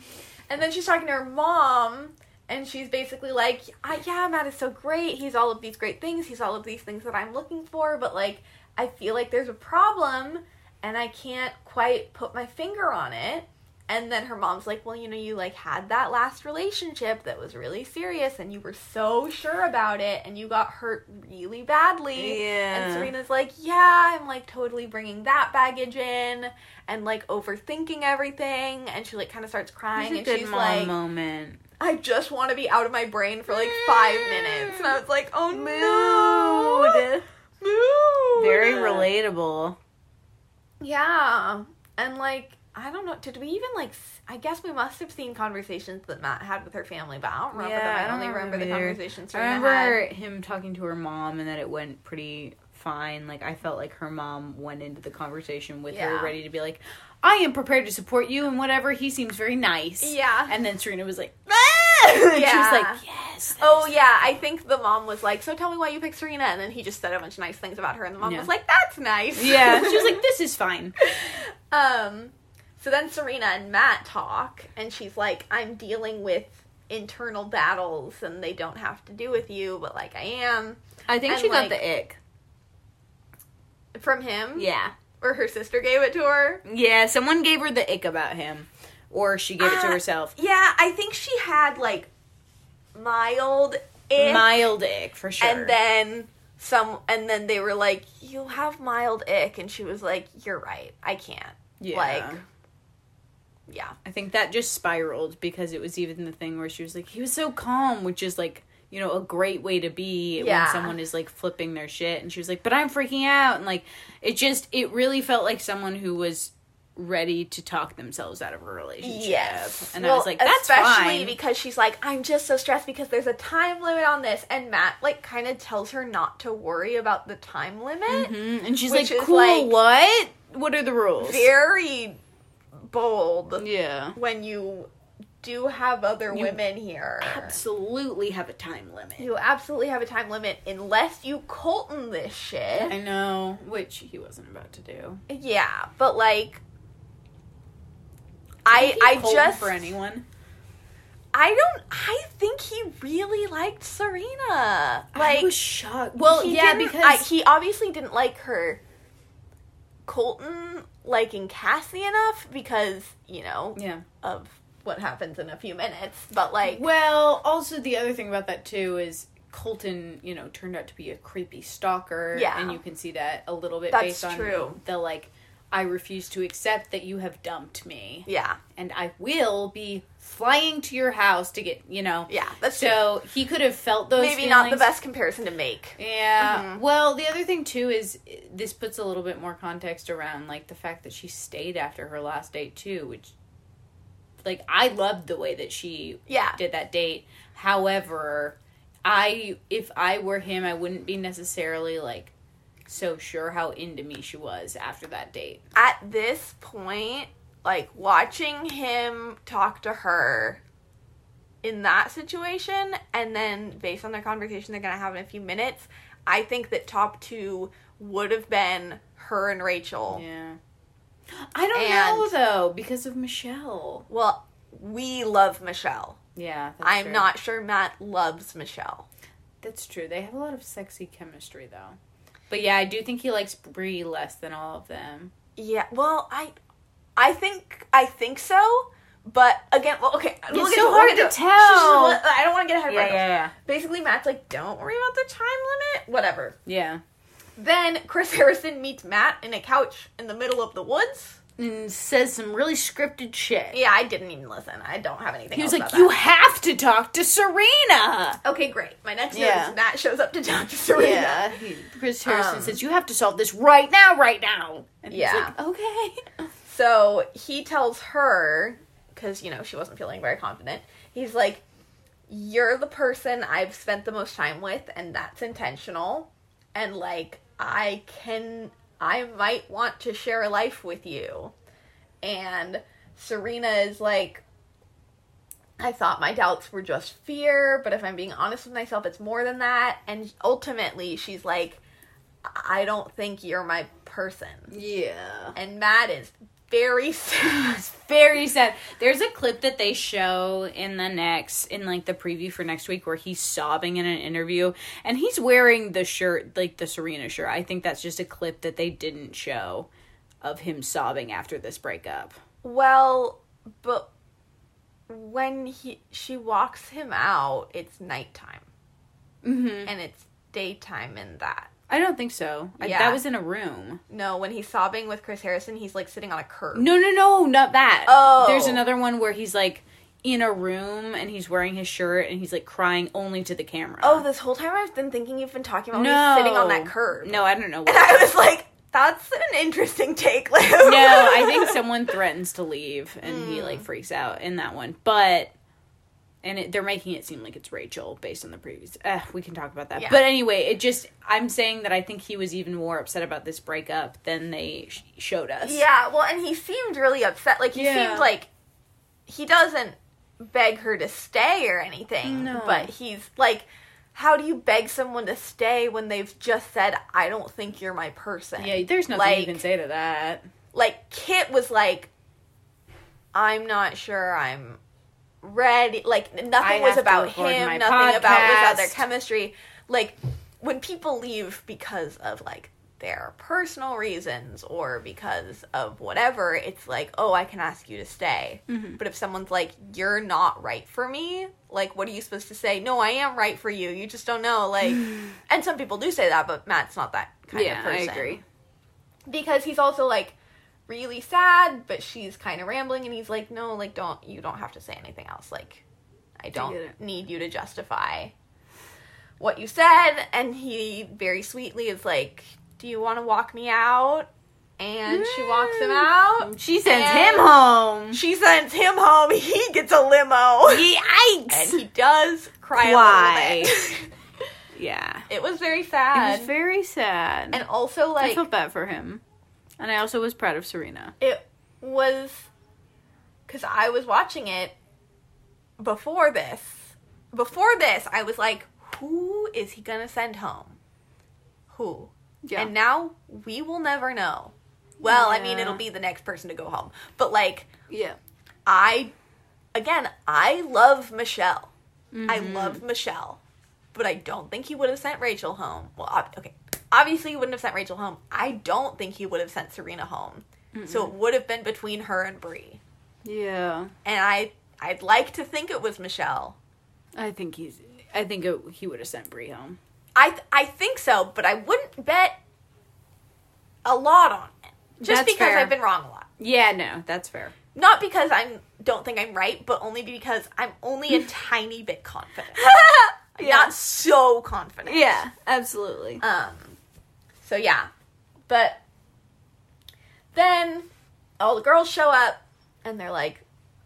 And then she's talking to her mom, and she's basically like, I, Yeah, Matt is so great. He's all of these great things. He's all of these things that I'm looking for, but like, I feel like there's a problem, and I can't quite put my finger on it. And then her mom's like, Well, you know, you like had that last relationship that was really serious, and you were so sure about it, and you got hurt really badly. And Yeah. Serena's like, Yeah, I'm like totally bringing that baggage in and like overthinking everything and she like kind of starts It crying was a and good she's mom like moment. i just want to be out of my brain for like five minutes and i was like oh no Mood. Mood. Very relatable. yeah and like i don't know did we even like s- i guess we must have seen conversations that matt had with her family but i don't remember Yeah, I them i, don't only remember, the remember either. conversations I Serena had. remember him talking to her mom, and that it went pretty fine. Like I felt like her mom went into the conversation with Yeah. her, ready to be like, "I am prepared to support you and whatever." He seems very nice. yeah And then Serena was like, "Ah!" And she Yeah. was like, "Yes." that Oh is yeah, I think the mom was like, "So tell me why you picked Serena," and then he just said a bunch of nice things about her, and the mom Yeah. was like, "That's nice." Yeah, she was like, "This is fine." Um, so then Serena and Matt talk, and she's like, I'm dealing with internal battles, and they don't have to do with you, but like I am. I think And, she like- Mm-hmm. got the ick. From him? Yeah, Or her sister gave it to her? yeah. Someone gave her the ick about him, or she gave it to Ah, herself. Yeah, I think she had like mild ick, Mild ick for sure. Eh. and then some, and then they were like, You have mild ick, and she was like, You're right, I can't. yeah. like- Yeah. I think that just spiraled because it was even the thing where she was like, "He was so calm," which is like. You know, a great way to be Yeah. when someone is like flipping their shit, and she was like, "But I'm freaking out," and like, it just it really felt like someone who was ready to talk themselves out of a relationship. and I was like, "That's especially fine." because she's like, I'm just so stressed because there's a time limit on this, and Matt like kind of tells her not to worry about the time limit. Mhm. And she's Which like, is "Cool, like- what? What are the rules?" Very bold yeah, when you do have other You women here. absolutely have a time limit. you absolutely have a time limit unless you Colton this shit. I know, which he wasn't about to do. Yeah, but like. I, think he I called just for anyone. I don't I think he really liked Serena. Like I was shocked. Well, he yeah, didn't- because I, he obviously didn't like her Colton liking Cassie enough because you know yeah. of what happens in a few minutes. But like, Well, also the other thing about that too is Colton, you know, turned out to be a creepy stalker. Yeah. And you can see that a little bit That's based on true. the like, I refuse to accept that you have dumped me. Yeah. And I will be flying to your house to get, you know. Yeah. That's true. So he could have felt those Maybe not the feelings. best comparison to make. Yeah. Mm-hmm. Well, the other thing too is uh, this puts a little bit more context around like the fact that she stayed after her last date too, which like I loved the way that she Yeah. did that date. However, I if I were him, I wouldn't be necessarily like so sure how into me she was after that date. At this point, like watching him talk to her in that situation, and then based on their conversation they're gonna have in a few minutes, I think that top two would have been her and Rachel. Yeah. I don't know And- though because of Michelle. Well, we love Michelle. Yeah, that's I'm true. not sure Matt loves Michelle. That's true. They have a lot of sexy chemistry, though. But yeah, I do think he likes Brie less than all of them. Yeah, well, I, I think I think so, but again, well, okay, it's so hard to tell. I don't want to get ahead of myself. yeah, Basically, Matt's like, "Don't worry about the time limit, whatever." yeah. Then Chris Harrison meets Matt in a couch in the middle of the woods. And says some really scripted shit. Yeah, I didn't even listen. I don't have anything. He was else like, about "You that." have to talk to Serena." Okay, great. My next note Yeah. is Matt shows up to talk to Serena. he- Chris Harrison Um, says, "You have to solve this right now, right now." And he's Yeah. like, "Okay." So he tells her, because, you know, she wasn't feeling very confident, he's like, You're the person I've spent the most time with, and that's intentional. And, like, I can, I might want to share a life with you. And Serena is like, I thought my doubts were just fear, but if I'm being honest with myself, it's more than that. And ultimately, she's like, I don't think you're my person Yeah. and Matt is very sad. It's very sad. There's a clip that they show in the next, in like the preview for next week, where he's sobbing in an interview, and he's wearing the shirt, like the Serena shirt. I think that's just a clip that they didn't show of him sobbing after this breakup. Well, but when he she walks him out, it's nighttime Mm-hmm. and it's daytime in that. I don't think so. I, Yeah. that was in a room. No, when he's sobbing with Chris Harrison, he's like sitting on a curb. No, no, no, not that. Oh. there's another one where he's like in a room and he's wearing his shirt and he's like crying only to the camera. Oh, this whole time I've been thinking you've been talking about when he's sitting on that No. curb. No, I don't know. What And I was like, that's an interesting take, Lou. no, I think someone threatens to leave and he like freaks out in that one. But and it, they're making it seem like it's Rachel based on the previous. Uh, we can talk about that. Yeah. But anyway, it just I'm saying that I think he was even more upset about this breakup than they sh- showed us. Yeah, well, and he seemed really upset. Like he Yeah. seemed like he doesn't beg her to stay or anything, No. but he's like how do you beg someone to stay when they've just said I don't think you're my person? Yeah, there's nothing like, you can say to that. Like Kit was like I'm not sure I'm ready. Like nothing I have was to about record him, my nothing about was about their podcast. chemistry. Like when people leave because of like their personal reasons or because of whatever, it's like, oh, I can ask you to stay. Mm-hmm. But if someone's like, you're not right for me, like, what are you supposed to say? No, I am right for you. You just don't know. Like, and some people do say that, but Matt's not that kind yeah, of person I agree. because he's also like really sad but she's kind of rambling and he's like no like don't you don't have to say anything else like i don't get it. need you to justify what you said and he very sweetly is like do you want to walk me out and she walks him Mm. out She sends And- him home. she sends him home he gets a limo and Yikes! he does cry a Why? little bit yeah, it was very it sad was very sad. and also like I felt bad for him, and I also was proud of Serena. it was because I was watching it before this. Before this, I was like, who is he gonna send home? Who? Yeah. And now we will never know. Well, I mean, Yeah. it'll be the next person to go home. But like, Yeah. I, again, I love Michelle. I Mm-hmm. love Michelle, but I don't think he would have sent Rachel home. Well, ob- okay, obviously he wouldn't have sent Rachel home. I don't think he would have sent Serena home. So it would have been between her and Bree. yeah. And I, I'd like to think it was Michelle, I think he's. I think it, he would have sent Brie home. I th- I think so, but I wouldn't bet a lot on it. Just That's because fair. I've been wrong a lot. Yeah, no, that's fair. Not because I don't think I'm right, but only because I'm only a tiny bit confident. I'm Yeah. Not so confident. Yeah, absolutely. Um, so yeah, but then all the girls show up and they're like,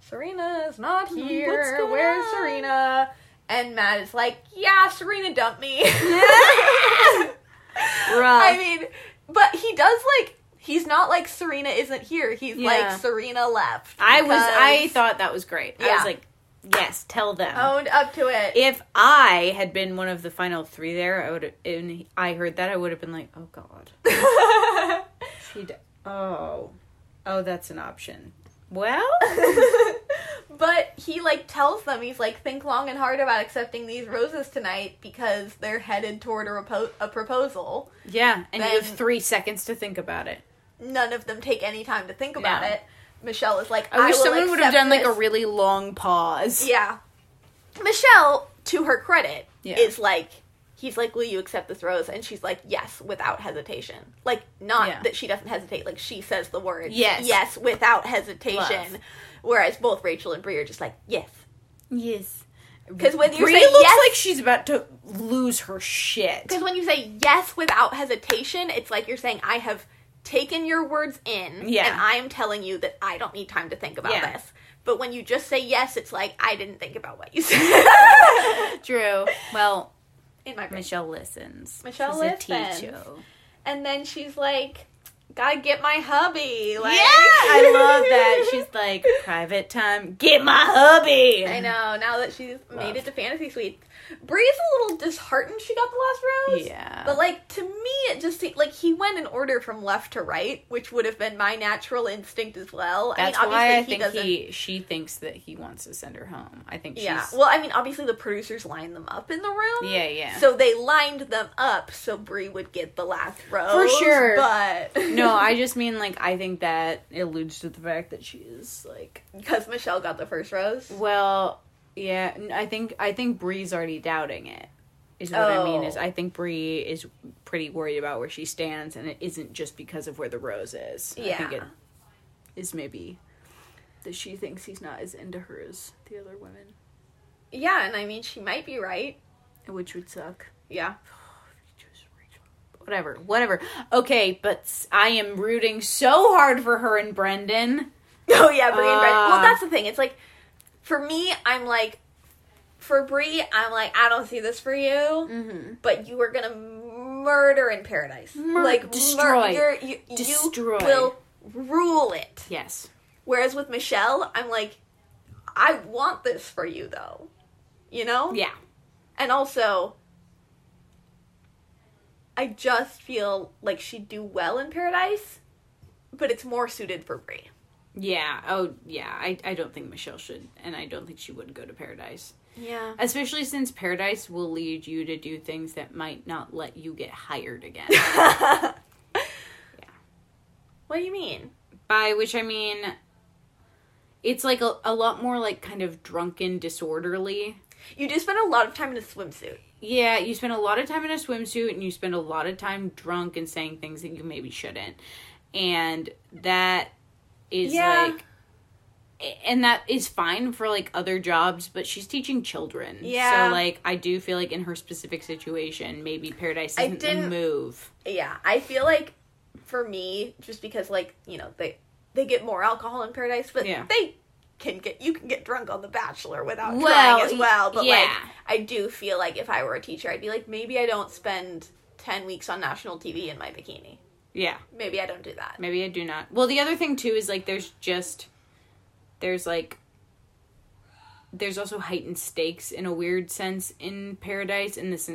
"Serena's not Mm, What's here. going Where's on?" Serena?" And Matt is like, "Yeah, Serena dumped me." Uh. I mean, but he does like he's not like Serena isn't here. He's Yeah. like Serena left. I was I because- thought that was great. I Yeah. Oh. was like, yes, tell them. owned up to it. If I had been one of the final three there, I would have. And I heard that, I would have been like, oh god, she. d oh, oh, that's an option. Well, but he like tells them he's like think long and hard about accepting these roses tonight because they're headed toward a, repo- a proposal yeah, and you have Then- three seconds to think about it. none of them take any time to think about No. it michelle is like I, wish will someone would have accept done like a this." really long pause. yeah michelle to her credit Yeah. is like he's like will you accept this rose and she's like yes without hesitation like not Yeah. that she doesn't hesitate like she says the words Yes. yes without hesitation Love. whereas both rachel and brie are just like yes Yes, 'Cause when you Brie say looks yes- like she's about to lose her shit. Because when you say yes without hesitation, it's like you're saying, I have taken your words in, Yeah. and I am telling you that I don't need time to think about Yeah. this. But when you just say yes, it's like, I didn't think about what you said. Drew, well, in my brain. Michelle listens. Michelle she's listens. A teacher. And then she's like, Gotta get my hubby. Like, yeah, I love that. She's like, private time, get my hubby. I know, now that she's Love. made it to Fantasy Suite. Bree's a little disheartened she got the last rose. Yeah. But like to me, it just seemed like he went in order from left to right, which would have been my natural instinct as well. That's I mean, obviously why I he think doesn't. he she thinks that he wants to send her home. I think she's yeah. Well, I mean, obviously the producers lined them up in the room. yeah, yeah. So they lined them up so Bree would get the last rose sure. But no, I just mean like I think that alludes to the fact that she is like because Michelle got the first rose. well, yeah. n- I think I think Bree's already doubting it. Is what I mean is Oh. I think Bree is pretty worried about where she stands, and it isn't just because of where the rose is. I think it Yeah. is maybe that she thinks he's not as into her as the other women, Yeah, and I mean she might be right. which would suck. Yeah. Whatever, whatever. Okay, but s- I am rooting so hard for her and Brendan. Oh yeah, Brie and Brendan. Well, Uh. that's the thing. It's like for me, I'm like for Brie, I'm like I don't see this for you, Mm-hmm. but you are gonna murder in paradise, Mur- like destroy. you're- you, you Destroy. will rule it. Yes. Whereas with Michelle, I'm like, I want this for you though, you know. Yeah. And also, I just feel like she'd do well in paradise, but it's more suited for Brie. Yeah. Oh, yeah. I, I don't think Michelle should, and I don't think she would go to paradise. Yeah. Especially since paradise will lead you to do things that might not let you get hired again. What do you mean? By which I mean, it's like a, a lot more like kind of drunken, disorderly. You do spend a lot of time in a swimsuit. Yeah, you spend a lot of time in a swimsuit and you spend a lot of time drunk and saying things that you maybe shouldn't. And that is Yeah. like and that is fine for like other jobs, but she's teaching children. Yeah. So like I do feel like in her specific situation, maybe paradise I isn't the didn't- move. Yeah, I feel like for me, just because like you know they they get more alcohol in Paradise, but Yeah. they can get you can get drunk on The Bachelor without Well, trying as well. But like yeah. I do feel like if I were a teacher, I'd be like maybe I don't spend ten weeks on national TV in my bikini. Yeah. Maybe I don't do that. Maybe I do not. Well, the other thing too is like there's just there's like there's also heightened stakes in a weird sense in paradise in this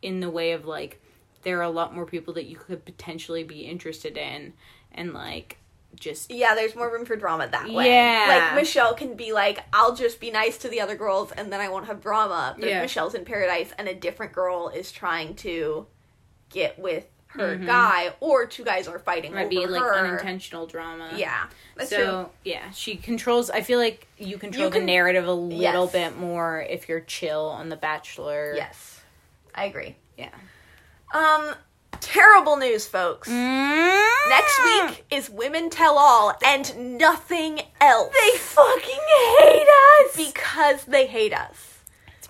in the way of like there are a lot more people that you could potentially be interested in and like just Yeah, there's more room for drama that way. Yeah. Like Michelle can be like, I'll just be nice to the other girls and then I won't have drama. But if Yeah. Michelle's in paradise and a different girl is trying to get with her guy, or two guys are fighting Mm-hmm. might over be like Oh, her. unintentional drama. Yeah, that's so true. yeah, she controls. I feel like you control can- the narrative a little Yes. bit more if you're chill on The Bachelor. Yes, I agree. Yeah. Um, terrible news, folks. Mm. Mm-hmm. Next week is Women Tell All and nothing else. They fucking hate us because they hate us. It's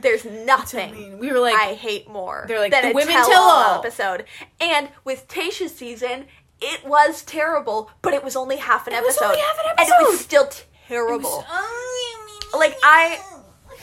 There's nothing. mean. We were like, I hate more. They're like, than "The a women tell-all tell all." episode. And with Tasha's season, it was terrible, but it was only half an was episode. only half an and it was episode. still terrible. Oh, like I,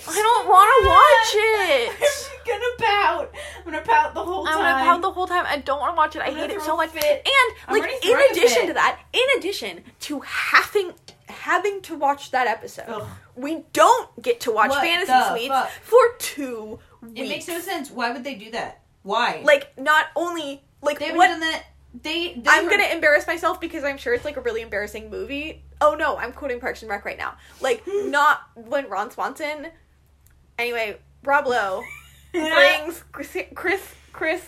I don't want to watch it. gonna pout. I'm gonna pout the whole I'm gonna pound the whole time. I don't want to watch it. I gonna hate it throw so a much. fit. I'm And like already in throwing a addition fit. to that, in addition to having having to watch that episode, Ugh. we don't get to watch What Fantasy the Suites fuck? for two weeks. It makes no sense. Why would they do that? Why? Like not only like they what would that. They. they I'm were- gonna embarrass myself because I'm sure it's like a really embarrassing movie. Oh no, I'm quoting Parks and Rec right now. Like not when Ron Swanson. Anyway, Rob Lowe brings Chris Chris Chris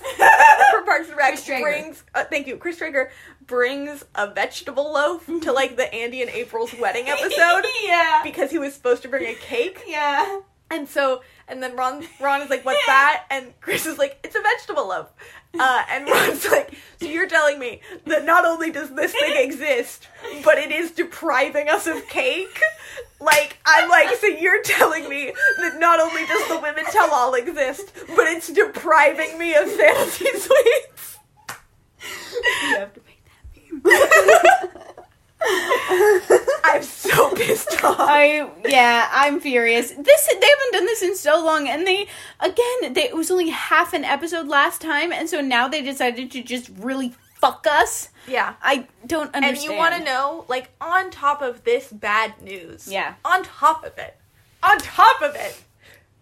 from Parks and Rec Chris Traeger. brings uh, thank you Chris Traeger brings a vegetable loaf to like the Andy and April's wedding episode yeah. because he was supposed to bring a cake yeah. and so, and then Ron, Ron is like, "What's that?" And Chris is like, "It's a vegetable loaf." Uh, and Ron's like, "So you're telling me that not only does this thing exist, but it is depriving us of cake?" Like, I'm like, "So you're telling me that not only does the women tell all exist, but it's depriving me of fantasy sweets." I'm so pissed off. I yeah, I'm furious. This they haven't done this in so long, and they again they, it was only half an episode last time, and so now they decided to just really fuck us. Yeah. I don't understand. And you want to know, like, on top of this bad news. Yeah. On top of it. On top of it.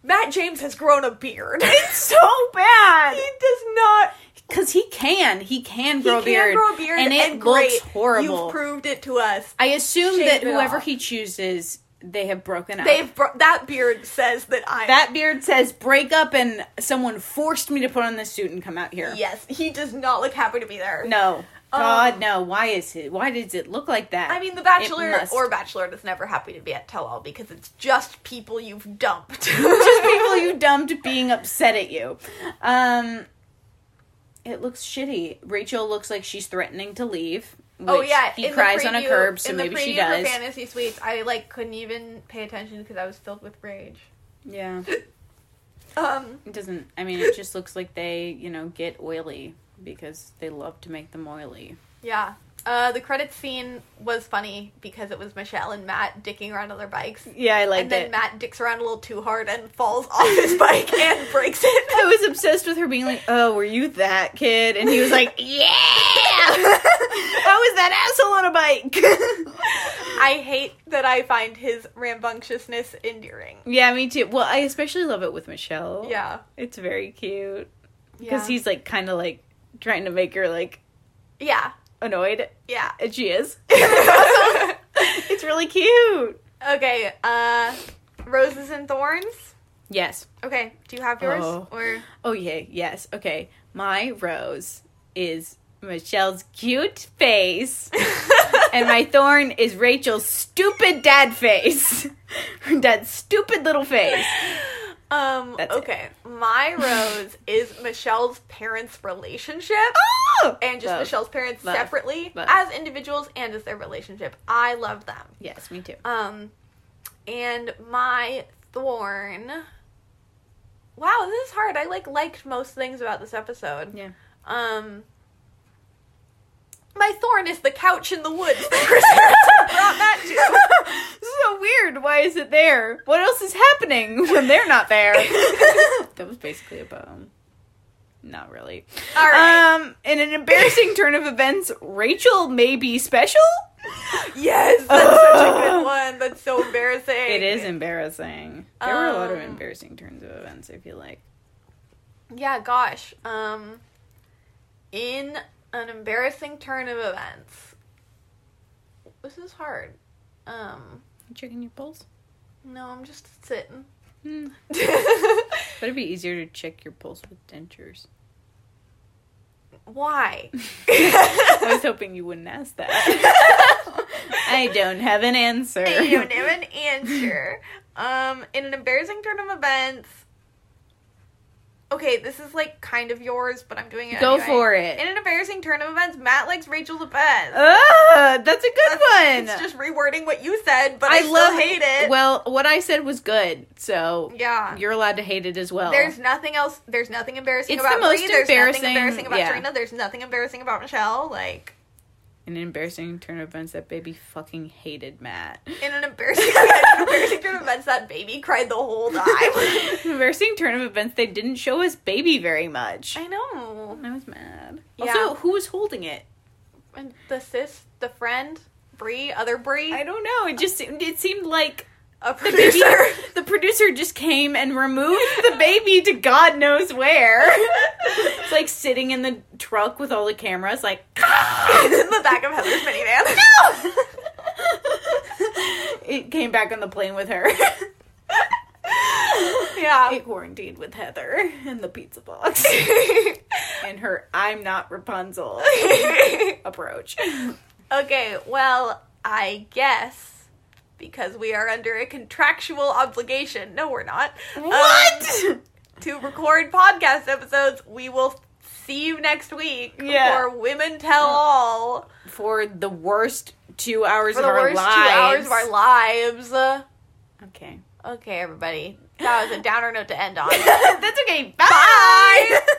Matt James has grown a beard. It's so bad he does not. because he can, he can He grow can a beard, grow a beard, and it great. looks horrible. You've proved it to us. I assume Shave that it whoever off. he chooses, they have broken up. They've bro- that beard says that I. that beard says break up, and someone forced me to put on this suit and come out here. yes, he does not look happy to be there. No. God no! Why is it? Why does it look like that? Um, I mean, The It Bachelor must. or Bachelorette is never happy to be at Tell All because it's just people you've dumped. just people you dumped being upset at you. Um, it looks shitty. Rachel looks like she's threatening to leave. Which oh yeah, he in the cries on a preview- curb, so in the maybe she preview for does. Fantasy Suites. I like couldn't even pay attention because I was filled with rage. Yeah, Um, it doesn't. I mean, it just looks like they, you know, get oily because they love to make them oily. yeah. Uh, the credits scene was funny because it was Michelle and Matt dicking around on their bikes. Yeah, I and then Matt dicks around a little too hard and falls off his bike and breaks it. I was obsessed with her being like, "Oh, were you that kid?" And he was like, "Yeah, I was that asshole on a bike." I hate that I find his rambunctiousness endearing. yeah, me too. Well, I especially love it with Michelle. Yeah. It's very cute Yeah. because he's like kind of like trying to make her like Yeah. annoyed, Yeah. and she is. it's really cute. okay, uh, Roses and Thorns. Yes. Okay, do you have yours? Oh. Or Oh yeah. Yes. Okay. My rose is Michelle's cute face, and my thorn is Rachel's stupid dad face. Her dad's stupid little face. Um, That's it. okay. My rose is Michelle's parents' relationship. Oh! And just Love. Michelle's parents Love. separately Love. as individuals and as their relationship. I love them. Yes, me too. Um and my thorn Wow, this is hard. I like liked most things about this episode. Yeah. Um my thorn is the couch in the woods that Chris Harrison brought that to. so weird. Why is it there? What else is happening when they're not there? that was basically a poem. Not really. All right. Um, in an embarrassing turn of events, Rachel may be special. Yes, that's such a good one. That's so embarrassing. It is embarrassing. There were a lot of Um, embarrassing turns of events. I feel like. Yeah, gosh. Um in an embarrassing turn of events. This is hard. Um You checking your pulse? no, I'm just sitting. Hmm. But it'd be easier to check your pulse with dentures. Why? I was hoping you wouldn't ask that. I don't have an answer. I don't have an answer. Um, in an embarrassing turn of events. Okay, this is like kind of yours, but I'm doing it. Go anyway. for it. In an embarrassing turn of events, Matt likes Rachel the best. Ah, that's a good one. It's just rewording what you said, but I, I still love hate it. Well, what I said was good, so yeah. you're allowed to hate it as well. There's nothing else. There's nothing embarrassing It's about the most Bree. There's embarrassing- nothing embarrassing about yeah. Trina. There's nothing embarrassing about Michelle. Like an embarrassing turn of events that baby fucking hated Matt. in an embarrassing, an embarrassing turn of events, that baby cried the whole time. I embarrassing turn of events they didn't show us baby very much. know. I was mad. Yeah. Also, who was holding it? And the sis, the friend, Bree, other Bree, I don't know. It just seemed, it seemed like a the baby, producer. the producer just came and removed the baby to God knows where. it's like sitting in the truck with all the cameras, like. It's in the back of Heather's minivan. it came back on the plane with her. yeah. it quarantined with Heather and the pizza box and her "I'm not Rapunzel" approach. okay. Well, I guess. Because we are under a contractual obligation. No, we're not. Um, to record podcast episodes. We will see you next week Yeah. for Women Tell All for the worst two hours for of the our worst lives. two hours of our lives. Uh, Okay, Okay, everybody. That was a downer note to end on. that's okay. Bye. Bye!